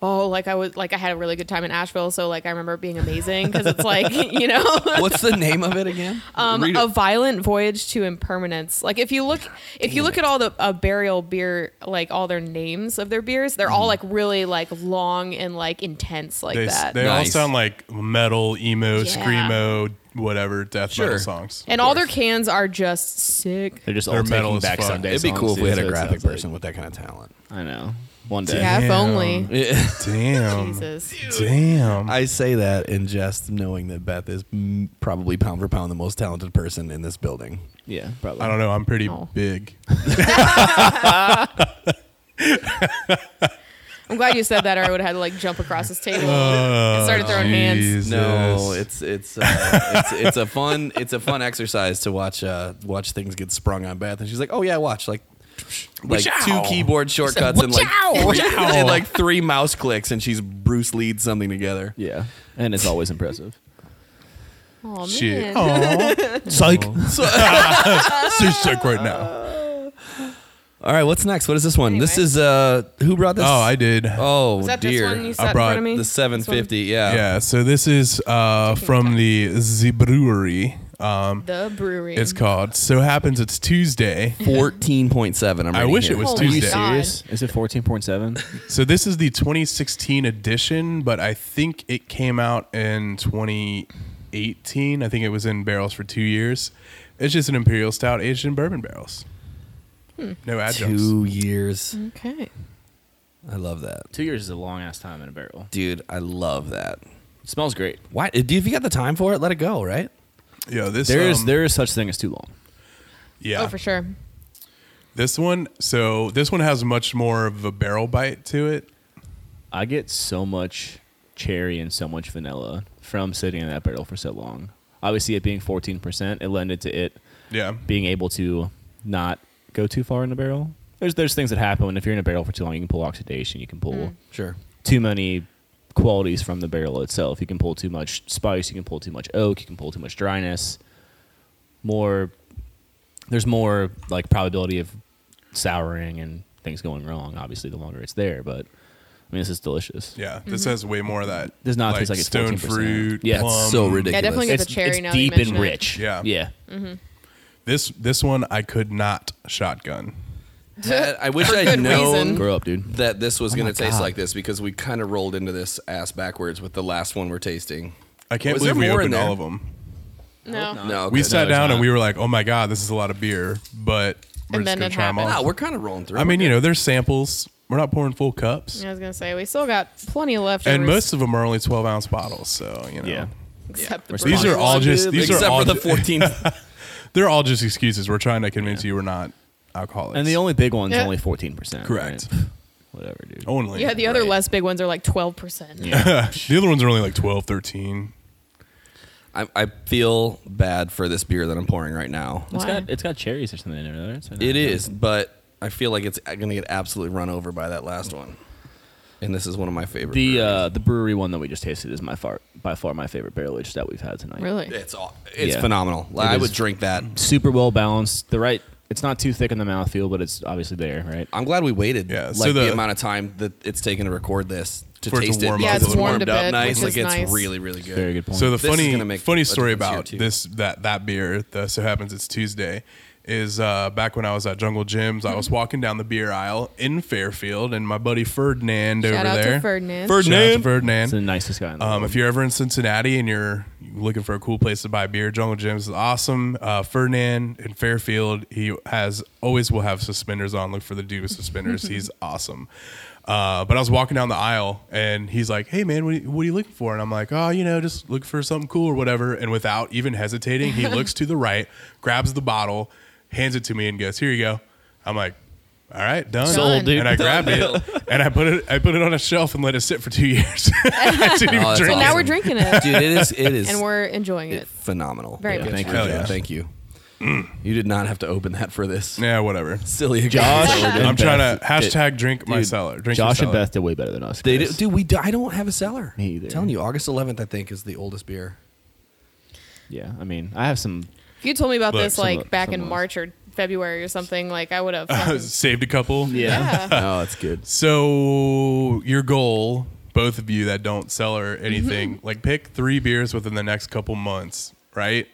Speaker 4: oh, like I was like I had a really good time in Asheville, so like I remember it being amazing because it's like [LAUGHS] you know
Speaker 3: What's the name of it again?
Speaker 4: um,
Speaker 3: Read it.
Speaker 4: a violent voyage to impermanence. Like if you look, if you look at all the uh, burial beer, like all their names of their beers, they're all like really like long and like intense like
Speaker 1: They,
Speaker 4: that.
Speaker 1: they all
Speaker 3: Nice.
Speaker 1: sound like metal, emo,
Speaker 4: Yeah.
Speaker 1: screamo, whatever death metal
Speaker 3: Sure.
Speaker 1: songs.
Speaker 4: and all their cans are just sick.
Speaker 5: They're just
Speaker 1: They're
Speaker 5: all
Speaker 1: metal
Speaker 5: taking
Speaker 1: as
Speaker 5: back
Speaker 1: fuck.
Speaker 5: Sunday.
Speaker 1: It'd
Speaker 3: It'd be cool if
Speaker 5: songs,
Speaker 3: we had
Speaker 5: is
Speaker 3: a
Speaker 5: what it
Speaker 3: graphic
Speaker 5: sounds like.
Speaker 3: person with that kind of talent.
Speaker 5: I know. One day.
Speaker 4: Yeah, if
Speaker 1: Damn.
Speaker 4: only.
Speaker 3: [LAUGHS]
Speaker 1: Damn.
Speaker 4: Jesus.
Speaker 1: Damn.
Speaker 3: I say that in jest, knowing that Beth is mm, probably pound for pound the most talented person in this building.
Speaker 5: Yeah, probably.
Speaker 1: I don't know. I'm pretty
Speaker 4: Oh.
Speaker 1: big.
Speaker 4: I'm glad you said that, or I would have had to like jump across this table and started throwing hands.
Speaker 1: Jesus.
Speaker 3: No, it's it's uh, it's it's a fun it's a fun exercise to watch uh, watch things get sprung on Beth, and she's like, "Oh yeah, watch like." Like
Speaker 1: Watch
Speaker 3: two
Speaker 1: out.
Speaker 3: keyboard shortcuts and like, [LAUGHS] three, and like three mouse clicks, and she's Bruce Lee'd something together.
Speaker 5: Yeah, and it's always impressive.
Speaker 4: Oh
Speaker 1: Shit.
Speaker 4: man.
Speaker 1: Aw.
Speaker 4: [LAUGHS]
Speaker 1: [LAUGHS]
Speaker 5: Psych.
Speaker 1: so sick right
Speaker 3: Uh,
Speaker 1: now.
Speaker 3: All right, what's next? What is this one? This
Speaker 4: Anyway.
Speaker 3: is uh, who brought this?
Speaker 1: Oh, I did.
Speaker 3: oh
Speaker 4: Is that
Speaker 3: dear,
Speaker 4: this one you
Speaker 1: I
Speaker 4: sat in
Speaker 1: brought
Speaker 4: front of me?
Speaker 3: the
Speaker 4: This
Speaker 3: 750. Yeah,
Speaker 1: Yeah, so this is uh, from the Z Brewery. Um,
Speaker 4: one? The brewery.
Speaker 1: it's called So Happens It's Tuesday.
Speaker 3: 14.7. I'm
Speaker 1: I
Speaker 3: reading
Speaker 1: wish it
Speaker 3: here.
Speaker 1: was
Speaker 4: Holy
Speaker 1: Tuesday.
Speaker 4: shit. Oh God.
Speaker 5: Is it fourteen point seven?
Speaker 1: So this is the 2016 edition, but I think it came out in 2018. I think it was in barrels for two years. It's just an imperial stout aged in bourbon barrels.
Speaker 4: Hmm.
Speaker 1: No adjuncts.
Speaker 3: two years.
Speaker 4: Okay.
Speaker 3: I love
Speaker 5: [LAUGHS]
Speaker 3: that,
Speaker 5: Two years is a long ass time in a barrel.
Speaker 3: dude. I love that.
Speaker 5: It smells great.
Speaker 3: Why? If you got the time for it, let it go. Right?
Speaker 1: Yeah, this
Speaker 5: There is
Speaker 1: um,
Speaker 5: there is such thing as too long.
Speaker 1: Yeah,
Speaker 4: Oh, for sure.
Speaker 1: this one. So this one has much more of a barrel bite to it.
Speaker 5: I get so much cherry and so much vanilla from sitting in that barrel for so long. Obviously, it being fourteen percent, it lended to it
Speaker 1: Yeah,
Speaker 5: being able to not go too far in the barrel. There's there's things that happen when if you're in a barrel for too long, you can pull oxidation, you can pull
Speaker 3: Sure.
Speaker 5: too many qualities from the barrel itself. You can pull too much spice, you can pull too much oak, you can pull too much dryness. More there's more like probability of souring and things going wrong, obviously the longer it's there, but I mean this is delicious.
Speaker 1: yeah. This
Speaker 4: Mm-hmm.
Speaker 1: has way more of that.
Speaker 5: Does not taste like it's
Speaker 1: stone
Speaker 5: 14%.
Speaker 1: fruit.
Speaker 5: Yeah, it's
Speaker 1: plum.
Speaker 3: so ridiculous.
Speaker 4: Yeah, definitely get
Speaker 5: It's,
Speaker 4: the cherry
Speaker 5: it's
Speaker 4: now. that you
Speaker 5: deep and
Speaker 4: mention it. Mm-hmm.
Speaker 5: rich.
Speaker 1: Yeah.
Speaker 5: Yeah.
Speaker 1: This this one I could not shotgun.
Speaker 3: That- I wish I'd
Speaker 4: good
Speaker 3: known
Speaker 4: reason.
Speaker 5: Grow up, dude.
Speaker 3: that this was going
Speaker 5: Oh my
Speaker 3: to taste
Speaker 5: God.
Speaker 3: like this because we kind of rolled into this ass backwards with the last one we're tasting.
Speaker 1: I can't
Speaker 3: Was there
Speaker 1: believe we
Speaker 3: more in
Speaker 1: opened all
Speaker 3: there?
Speaker 1: of them.
Speaker 4: No.
Speaker 3: No, okay.
Speaker 1: Uh, We sat
Speaker 5: there's
Speaker 1: down and
Speaker 5: not.
Speaker 1: we were like, "Oh my god, this is a lot of beer," but we're
Speaker 4: And
Speaker 1: just
Speaker 4: then
Speaker 1: gonna
Speaker 4: it
Speaker 1: try them
Speaker 4: happened.
Speaker 3: No,
Speaker 1: all.
Speaker 3: we're kind of rolling through.
Speaker 1: I mean, you know, there's samples. We're not pouring full cups,
Speaker 4: I was gonna say we still got plenty left.
Speaker 1: and
Speaker 4: over,
Speaker 1: most of them are only 12 ounce bottles. So you know,
Speaker 5: Yeah.
Speaker 4: except the
Speaker 1: these
Speaker 4: brewery
Speaker 1: are all
Speaker 4: one.
Speaker 1: just these
Speaker 3: except
Speaker 1: are all
Speaker 3: for the
Speaker 1: ju- [LAUGHS]
Speaker 3: 14th.
Speaker 1: they're all just excuses. We're trying to convince you we're not alcoholics.
Speaker 5: And the only big one's
Speaker 4: Yeah.
Speaker 5: only fourteen percent.
Speaker 1: Correct. Oh.
Speaker 5: Whatever, dude.
Speaker 1: only
Speaker 4: Yeah, the other
Speaker 3: Right.
Speaker 4: less big ones are like twelve percent.
Speaker 1: [LAUGHS] the other ones are only like 12, 13.
Speaker 3: I, I feel bad for this beer that I'm pouring right now.
Speaker 5: It's
Speaker 4: Why?
Speaker 5: got it's got cherries or something in it, right? So
Speaker 3: It is, but I feel like it's going to get absolutely run over by that last one. And this is one of my favorite.
Speaker 5: The
Speaker 3: breweries.
Speaker 5: uh, the brewery one that we just tasted is my far by far my favorite barrel aged that we've had tonight.
Speaker 4: Really?
Speaker 3: it's all, it's
Speaker 5: uh, Yeah.
Speaker 3: phenomenal. Like,
Speaker 5: It
Speaker 3: I
Speaker 5: is.
Speaker 3: would drink that.
Speaker 5: super well balanced. The right, it's not too thick in the mouthfeel, but it's obviously there, right?
Speaker 3: I'm glad we waited.
Speaker 1: Yeah,
Speaker 3: like
Speaker 1: so
Speaker 3: the,
Speaker 1: the-
Speaker 3: amount of time that it's taken to record this to
Speaker 1: For it to
Speaker 3: taste it.
Speaker 1: warm
Speaker 4: Yeah, up
Speaker 3: because
Speaker 4: it's warmed a bit,
Speaker 3: nice.
Speaker 4: which
Speaker 3: Like
Speaker 4: is
Speaker 3: it's
Speaker 4: nice.
Speaker 3: really really good.
Speaker 5: Very good point.
Speaker 1: So the
Speaker 3: This is
Speaker 1: funny
Speaker 3: gonna make
Speaker 1: funny
Speaker 3: a
Speaker 1: story
Speaker 3: difference here,
Speaker 1: about
Speaker 3: too.
Speaker 1: this that that beer, the so happens it's Tuesday, is uh, back when I was at Jungle Gyms, I
Speaker 4: Mm-hmm.
Speaker 1: was walking down the beer aisle in Fairfield, and my buddy Ferdinand
Speaker 4: Shout
Speaker 1: over
Speaker 4: out to
Speaker 1: there,
Speaker 4: Ferdinand.
Speaker 1: Ferdinand, to
Speaker 5: it's the
Speaker 1: Ferdinand.
Speaker 5: nicest guy in the
Speaker 1: Um,
Speaker 5: world.
Speaker 1: if you're ever in Cincinnati and you're looking for a cool place to buy beer, Jungle Gyms is awesome. Uh, Ferdinand in Fairfield, he has always will have suspenders on. Look for the dude with suspenders. he's awesome. Uh, but I was walking down the aisle and he's like, "Hey man, what are, you, what are you looking for?" And I'm like, "Oh, you know, just look for something cool or whatever." And without even hesitating, he looks to the right, grabs the bottle, hands it to me, and goes, "Here you go." I'm like, "All right, done."
Speaker 4: Sold, dude.
Speaker 1: And I grabbed
Speaker 4: [LAUGHS]
Speaker 1: it and I put it I put it on a shelf and let it sit for two years. [LAUGHS] I didn't even
Speaker 3: Oh, that's
Speaker 1: drink
Speaker 4: So
Speaker 1: it.
Speaker 4: now
Speaker 3: awesome.
Speaker 4: we're drinking it,
Speaker 3: Dude, it is it
Speaker 4: [LAUGHS]
Speaker 3: is
Speaker 4: and we're enjoying it.
Speaker 3: phenomenal.
Speaker 4: Very Yeah, much
Speaker 5: thank
Speaker 3: thank
Speaker 5: so.
Speaker 3: you, Mm.
Speaker 5: you,
Speaker 1: Hell yeah.
Speaker 3: Thank you. You did not have to open that for this.
Speaker 1: Yeah, whatever.
Speaker 4: [LAUGHS]
Speaker 3: Silly Josh.
Speaker 1: I'm
Speaker 5: Beth
Speaker 1: trying to
Speaker 3: did-
Speaker 1: hashtag drink my
Speaker 3: dude,
Speaker 1: cellar. Drink your
Speaker 5: Josh and
Speaker 1: cellar.
Speaker 5: Beth did way better than us.
Speaker 3: They
Speaker 5: guys.
Speaker 3: did, dude, we do, I don't have a cellar.
Speaker 5: Me either.
Speaker 3: telling you, August 11th, I think, is the oldest beer.
Speaker 5: yeah, I mean, I have some.
Speaker 4: If you told me about
Speaker 1: Look,
Speaker 4: this
Speaker 5: some
Speaker 4: like
Speaker 5: of-
Speaker 4: back
Speaker 5: some
Speaker 4: in
Speaker 5: of us.
Speaker 4: March or February or something, like I would have.
Speaker 1: [LAUGHS]
Speaker 4: fucking-
Speaker 1: Saved a couple.
Speaker 4: yeah.
Speaker 3: Oh, that's good.
Speaker 1: So your goal, both of you that don't sell or anything,
Speaker 3: Mm-hmm.
Speaker 1: like pick three beers within the next couple months, right?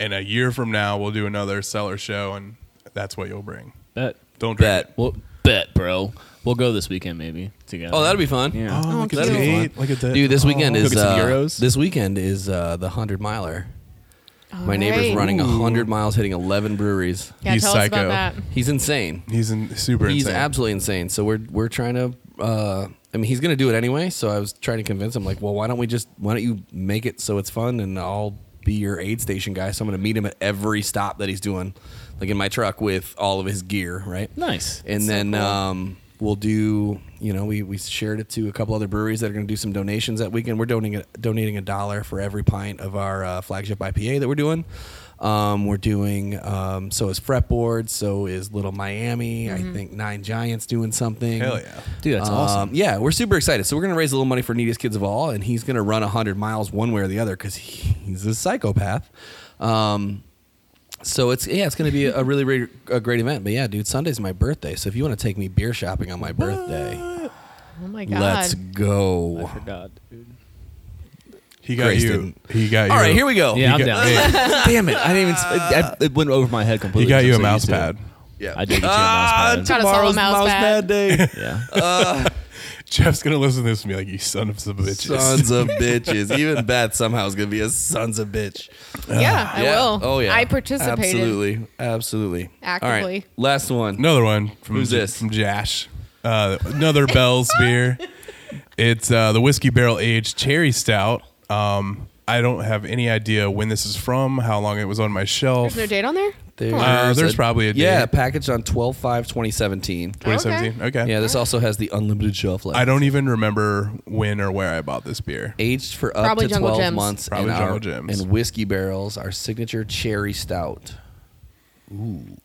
Speaker 1: And a year from now, we'll do another seller show, and that's what you'll bring.
Speaker 5: Bet.
Speaker 1: Don't drink.
Speaker 3: Bet.
Speaker 5: Well, bet, bro. We'll go this weekend maybe together.
Speaker 3: Oh, that'll be fun.
Speaker 5: Yeah.
Speaker 1: Oh, look at
Speaker 3: that'd be
Speaker 1: that.
Speaker 3: fun.
Speaker 1: Look at that.
Speaker 3: Dude, this weekend
Speaker 1: Oh.
Speaker 3: is
Speaker 5: Look at some
Speaker 3: uh,
Speaker 5: Euros.
Speaker 3: this weekend is uh, the hundred miler.
Speaker 4: All
Speaker 3: My neighbor's
Speaker 4: right.
Speaker 3: running hundred miles, hitting eleven breweries.
Speaker 4: Oh, Yeah,
Speaker 1: He's
Speaker 4: tell us
Speaker 1: psycho.
Speaker 4: about that.
Speaker 3: He's insane.
Speaker 1: He's in, super
Speaker 3: He's
Speaker 1: insane.
Speaker 3: absolutely insane. So we're we're trying to. Uh, I mean, he's going to do it anyway. So I was trying to convince him, like, well, why don't we just why don't you make it so it's fun and I'll be your aid station guy. So I'm going to meet him at every stop that he's doing, like in my truck with all of his gear, right?
Speaker 5: nice.
Speaker 3: and then um, we'll do you know we, we shared it to a couple other breweries that are going to do some donations that weekend we're donating a, donating a dollar for every pint of our uh, flagship ipa that we're doing um, we're doing um, so is fretboard so is little miami i think nine giants doing something
Speaker 1: Mm-hmm. Hell yeah.
Speaker 5: Dude, that's
Speaker 3: Um,
Speaker 5: awesome.
Speaker 3: yeah we're super excited so we're going to raise a little money for neediest kids of all and he's going to run 100 miles one way or the other because he's a psychopath um, so it's yeah, it's gonna be a really re- a great event. But yeah, dude, Sunday's my birthday, so if you want to take me beer shopping on my birthday,
Speaker 4: Oh my god.
Speaker 3: let's go.
Speaker 5: forgot. Dude.
Speaker 1: He got
Speaker 3: Grace
Speaker 1: you.
Speaker 3: didn't.
Speaker 1: He got you.
Speaker 3: All right, here we go. [LAUGHS]
Speaker 5: Yeah, I'm
Speaker 1: got-
Speaker 5: down.
Speaker 1: hey.
Speaker 5: [LAUGHS] Damn it! I didn't even. I, it went over my head completely.
Speaker 1: He got you a
Speaker 5: I'm so
Speaker 1: mouse
Speaker 5: used to it.
Speaker 1: pad. [LAUGHS]
Speaker 3: Yeah.
Speaker 5: I did get you a
Speaker 3: Ah,
Speaker 5: mouse
Speaker 4: Got us all a
Speaker 3: tomorrow's
Speaker 4: mouse
Speaker 3: mouse
Speaker 4: pad.
Speaker 3: pad day.
Speaker 5: Yeah.
Speaker 4: [LAUGHS] Uh,
Speaker 1: Jeff's gonna listen to this and be like, "You son of some bitches."
Speaker 3: sons of bitches. Even Bat somehow is gonna be a sons of bitch.
Speaker 4: yeah, I
Speaker 3: Yeah.
Speaker 4: will.
Speaker 3: Oh yeah.
Speaker 4: I participated.
Speaker 3: Absolutely. Absolutely. All
Speaker 4: Actively.
Speaker 3: right. Last one.
Speaker 1: Another one from
Speaker 3: Who's this?
Speaker 1: From Jash. Uh, another Bell's beer. It's uh, the whiskey barrel aged cherry stout. Um, I don't have any idea when this is from, how long it was on my shelf.
Speaker 4: There's no date on there.
Speaker 3: There's,
Speaker 1: Uh, there's probably a
Speaker 3: yeah
Speaker 1: date.
Speaker 3: packaged on 12-5-2017.
Speaker 1: 2017. Okay.
Speaker 3: Yeah, this also has the unlimited shelf life.
Speaker 1: I don't even remember when or where I bought this beer.
Speaker 3: aged for up
Speaker 4: Probably
Speaker 3: to
Speaker 4: Jungle
Speaker 3: 12
Speaker 4: Gems.
Speaker 3: months
Speaker 1: Probably
Speaker 3: in, our,
Speaker 1: Jungle Gems.
Speaker 3: in whiskey barrels, our signature cherry stout.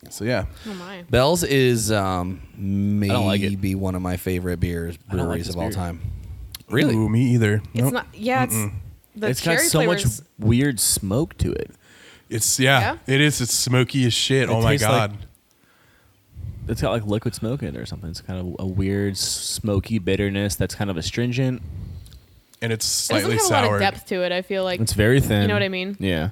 Speaker 1: So yeah,
Speaker 4: Oh my.
Speaker 3: Bell's is um, maybe
Speaker 5: don't like it.
Speaker 3: one of my favorite beers
Speaker 5: don't like
Speaker 3: breweries
Speaker 5: this
Speaker 3: of all
Speaker 5: beer.
Speaker 3: time.
Speaker 1: Ooh, me either.
Speaker 4: It's
Speaker 1: Nope.
Speaker 4: not. Yeah, it's the
Speaker 5: it's got
Speaker 4: cherry
Speaker 5: so
Speaker 4: flavors.
Speaker 5: much weird smoke to it.
Speaker 1: It's yeah, It is. It's smoky as shit.
Speaker 5: It
Speaker 1: oh my
Speaker 5: tastes like-
Speaker 1: god.
Speaker 5: It's got like liquid smoke in it or something. It's kind of a weird smoky bitterness that's kind of astringent.
Speaker 1: and it's
Speaker 4: It doesn't
Speaker 1: slightly
Speaker 4: have a lot of
Speaker 1: soured.
Speaker 4: depth to it. I feel like
Speaker 5: It's very thin.
Speaker 4: what I mean?
Speaker 5: Yeah.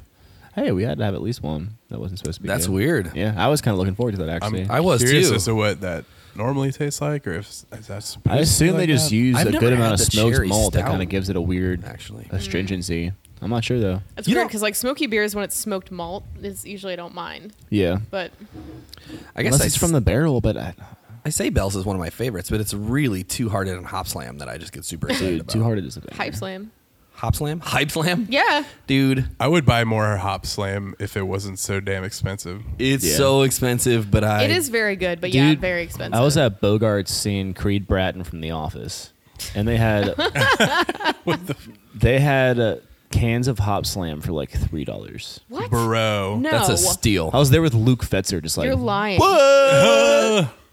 Speaker 5: Hey, we had to have at least one that wasn't supposed to be.
Speaker 3: That's
Speaker 5: good.
Speaker 3: weird.
Speaker 5: Yeah, I was kind of looking forward to that actually.
Speaker 1: I'm
Speaker 3: I was
Speaker 1: curious
Speaker 3: too.
Speaker 1: as to what that normally tastes like, or if if that's.
Speaker 5: I assume they just use
Speaker 3: I've
Speaker 5: a
Speaker 3: never
Speaker 5: good amount
Speaker 3: had
Speaker 5: of
Speaker 3: the
Speaker 5: smoked
Speaker 3: cherry
Speaker 5: malt that
Speaker 3: stout,
Speaker 5: kind of gives it a weird
Speaker 3: actually.
Speaker 5: Uh,
Speaker 3: Mm.
Speaker 5: astringency. I'm not sure though.
Speaker 4: It's
Speaker 3: You
Speaker 4: weird
Speaker 3: don't-
Speaker 4: because like smoky beers when it's smoked malt is usually I don't mind,
Speaker 5: Yeah,
Speaker 4: but
Speaker 3: I guess
Speaker 5: unless
Speaker 3: I,
Speaker 5: it's from the barrel. But I,
Speaker 3: I say Bell's is one of my favorites, but it's really Two Hearted and Hop Slam that I just get super excited
Speaker 5: dude,
Speaker 3: about.
Speaker 5: too hard it is a thing.
Speaker 4: hype slam.
Speaker 3: Hop Slam? Hype Slam?
Speaker 4: Yeah,
Speaker 3: Dude,
Speaker 1: I would buy more Hop Slam if it wasn't so damn expensive.
Speaker 3: it's
Speaker 5: Yeah.
Speaker 3: so expensive, but I
Speaker 4: it is very good, but yeah, very expensive.
Speaker 5: I was at Bogart's seeing Creed Bratton from The Office, and they had they had uh, cans of Hop Slam for like three dollars.
Speaker 4: what?
Speaker 1: Bro.
Speaker 4: no,
Speaker 3: that's a steal.
Speaker 5: I was there with Luke Fetzer, just like
Speaker 4: you're lying,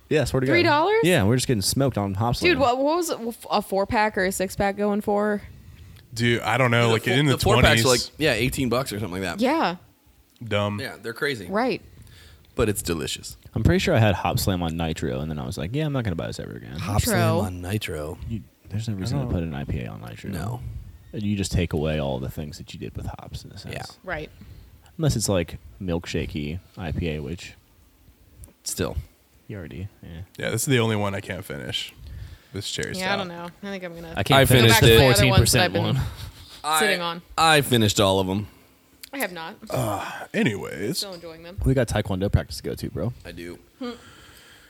Speaker 5: Yeah, swear to
Speaker 4: Three
Speaker 5: God.
Speaker 4: dollars?
Speaker 5: Yeah, we're just getting smoked on Hop Slam.
Speaker 4: dude. What, what was it, a four pack or a six pack going for?
Speaker 1: [LAUGHS] Dude, I don't know. Like
Speaker 3: four-
Speaker 1: in the
Speaker 3: four packs
Speaker 1: twenties,
Speaker 3: are like yeah, eighteen bucks or something like that.
Speaker 4: Yeah,
Speaker 1: dumb.
Speaker 3: yeah, they're crazy,
Speaker 4: right.
Speaker 3: but it's delicious.
Speaker 5: I'm pretty sure I had Hop Slam on Nitro, and then I was like, yeah, I'm not gonna buy this ever again.
Speaker 3: Hop
Speaker 4: Nitro.
Speaker 3: Slam on nitro.
Speaker 5: You, there's no reason to
Speaker 1: don't-
Speaker 5: put an IPA on Nitro.
Speaker 3: No,
Speaker 5: You just take away all the things that you did with hops in a sense.
Speaker 3: Yeah.
Speaker 4: Right.
Speaker 5: Unless it's like milkshakey IPA, which
Speaker 3: still.
Speaker 5: you already. Yeah.
Speaker 1: Yeah, this is the only one I can't finish. This cherry
Speaker 4: Yeah,
Speaker 1: stout.
Speaker 4: I don't know. I think I'm gonna.
Speaker 5: I can't
Speaker 3: I
Speaker 5: finish
Speaker 3: finished
Speaker 5: the
Speaker 3: it.
Speaker 4: Back to the other
Speaker 5: fourteen
Speaker 4: ones that I've
Speaker 5: percent
Speaker 4: been-
Speaker 5: one.
Speaker 4: Sitting
Speaker 3: I-
Speaker 4: on.
Speaker 3: I finished all of them.
Speaker 4: I have not.
Speaker 3: Oh.
Speaker 1: Anyways,
Speaker 4: Still enjoying them.
Speaker 5: We got Taekwondo practice to go to, bro.
Speaker 3: I do.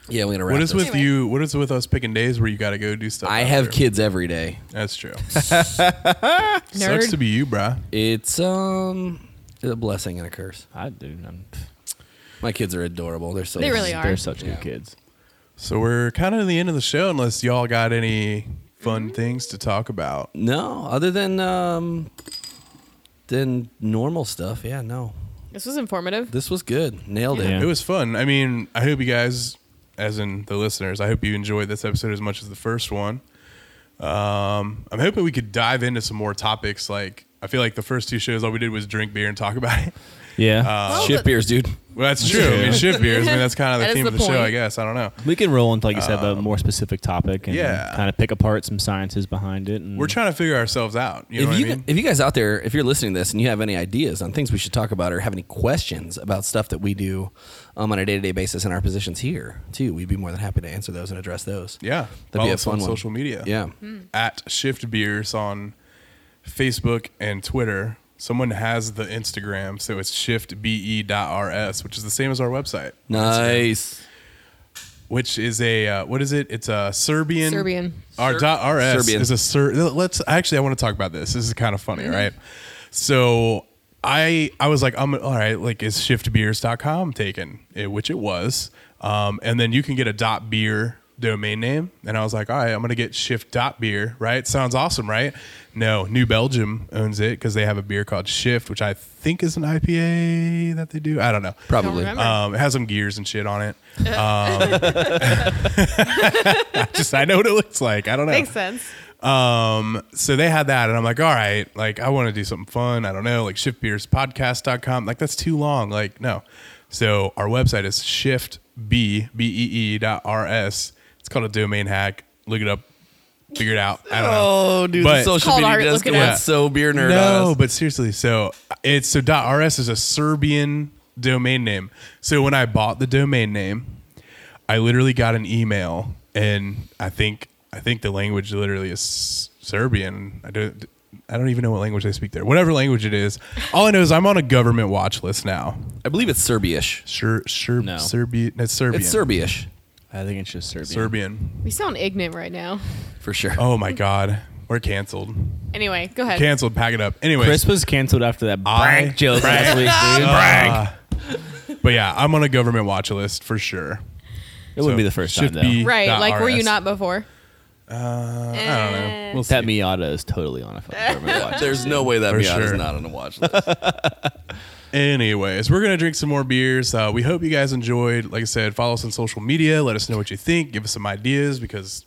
Speaker 3: yeah, we're gonna wrap
Speaker 1: what is
Speaker 3: this.
Speaker 1: with
Speaker 4: Anyway.
Speaker 1: you? What is with us picking days where you got to go do stuff?
Speaker 3: I
Speaker 1: out
Speaker 3: have
Speaker 1: there?
Speaker 3: kids every day.
Speaker 1: That's
Speaker 3: [LAUGHS]
Speaker 1: true. Sucks
Speaker 4: Nerd.
Speaker 1: to be you, bruh.
Speaker 3: It's um a blessing and a curse.
Speaker 5: I do. I'm,
Speaker 3: My kids are adorable. They're so
Speaker 4: They really are.
Speaker 5: they're such
Speaker 3: Yeah.
Speaker 5: good kids.
Speaker 1: So we're kind of at the end of the show, unless y'all got any fun
Speaker 4: Mm-hmm.
Speaker 1: things to talk about.
Speaker 3: No, other than um than normal stuff. Yeah, no.
Speaker 4: This was informative.
Speaker 3: This was good. Nailed it.
Speaker 5: Yeah.
Speaker 1: It was fun. I mean, I hope you guys, as in the listeners, I hope you enjoyed this episode as much as the first one. Um, I'm hoping we could dive into some more topics. Like, I feel like the first two shows, all we did was drink beer and talk about it. [LAUGHS]
Speaker 5: Yeah.
Speaker 4: Well,
Speaker 3: Shift
Speaker 4: but-
Speaker 3: beers, dude.
Speaker 1: Well, that's true. I mean, shit beers. I mean, that's kind of the
Speaker 4: [LAUGHS] That is
Speaker 1: theme
Speaker 4: the
Speaker 1: of the show, I
Speaker 4: point.
Speaker 1: guess. I don't know.
Speaker 5: we can roll into, like you said, a more specific topic and
Speaker 1: yeah.
Speaker 5: kind of pick apart some sciences behind it. And
Speaker 1: We're trying to figure ourselves out. You know
Speaker 3: if
Speaker 1: what
Speaker 3: you
Speaker 1: I mean?
Speaker 3: if you guys out there, if you're listening to this and you have any ideas on things we should talk about or have any questions about stuff that we do um, on a day to day basis in our positions here too, we'd be more than happy to answer those and address those.
Speaker 1: yeah.
Speaker 3: be
Speaker 1: Follow
Speaker 3: a
Speaker 1: us
Speaker 3: fun
Speaker 1: on
Speaker 3: one.
Speaker 1: social media.
Speaker 3: Yeah.
Speaker 4: Hmm.
Speaker 1: At Shift Beers on Facebook and Twitter. Someone has the Instagram, so it's E shiftbe.rs, which is the same as our website,
Speaker 3: Nice.
Speaker 1: which is a uh, what is it? It's a Serbian.
Speaker 4: Serbian.
Speaker 1: Our dot rs
Speaker 3: Serbian.
Speaker 1: is a Ser. Let's actually, I want to talk about this. This is kind of funny, right? So I I was like, I'm all right. Like, is shiftbeers.com taken? Eh, which it was. Um, and then you can get a dot beer domain name, and I was like, all right, I'm gonna get shift dot beer. Right? Sounds awesome, right? No, New Belgium owns it because they have a beer called Shift, which I think is an IPA that they do. I don't know.
Speaker 3: Probably. Uh,
Speaker 4: Don't remember.
Speaker 1: Um, it has some gears and shit on it. Um, [LAUGHS] I just I know what it looks like. I don't know.
Speaker 4: Makes sense.
Speaker 1: Um, so they had that, and I'm like, all right, like I want to do something fun. I don't know, like shiftbeerspodcast.com. Like that's too long. Like no. So our website is shiftb b e e dot r s. It's called a domain hack. Look it up. Figure it out. I don't know.
Speaker 3: Oh, dude,
Speaker 1: But-
Speaker 3: the social
Speaker 4: Called
Speaker 3: media
Speaker 4: art,
Speaker 3: desk
Speaker 4: look it
Speaker 3: went
Speaker 1: up.
Speaker 3: so beer nerd.
Speaker 1: No,
Speaker 3: on us.
Speaker 1: but seriously, so it's so .rs is a Serbian domain name. So when I bought the domain name, I literally got an email, and I think I think the language literally is Serbian. I don't. I don't even know what language they speak there. Whatever language it is, all I know is I'm on a government watch list now.
Speaker 3: I believe it's Serbish.
Speaker 4: Ah.
Speaker 1: Sure, sure,
Speaker 5: No.
Speaker 1: Serbian. It's Serbian.
Speaker 3: It's Serbish
Speaker 5: I think it's just Serbian.
Speaker 1: Serbian.
Speaker 4: We sound ignorant right now.
Speaker 3: for sure.
Speaker 1: Oh my God, we're canceled.
Speaker 4: Anyway, go ahead.
Speaker 1: Canceled. Pack it up. Anyway,
Speaker 5: Chris was canceled after that
Speaker 1: I-
Speaker 5: prank joke last week, dude.
Speaker 1: Ah. but yeah, I'm on a government watch list for sure.
Speaker 5: It wouldn't be the first time
Speaker 1: should
Speaker 5: though.
Speaker 1: be-
Speaker 4: right.
Speaker 1: E Dot
Speaker 4: Like, were you
Speaker 1: RS.
Speaker 4: not before? Uh,
Speaker 1: I don't know. We'll
Speaker 5: That
Speaker 1: see.
Speaker 5: Miata is totally on a fucking government watch.
Speaker 3: There's no way that
Speaker 1: For
Speaker 3: Miata's
Speaker 1: sure.
Speaker 3: not on the watch list.
Speaker 1: Anyways, we're gonna drink some more beers. Uh, we hope you guys enjoyed. Like I said, follow us on social media. Let us know what you think. Give us some ideas because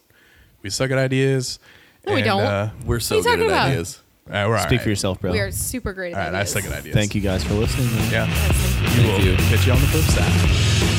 Speaker 1: we suck at ideas.
Speaker 4: No, we don't.
Speaker 1: Uh,
Speaker 3: We're so
Speaker 4: What are you
Speaker 3: good at
Speaker 4: talking about?
Speaker 3: ideas.
Speaker 1: all right, we're all
Speaker 5: Speak
Speaker 1: right.
Speaker 5: for yourself, bro.
Speaker 4: We are super great at
Speaker 1: All right, I
Speaker 4: ideas.
Speaker 1: suck at ideas.
Speaker 5: Thank you guys for listening. man.
Speaker 1: Yeah,
Speaker 4: Yes, thank you.
Speaker 1: you will
Speaker 3: you.
Speaker 1: catch you on the flip side.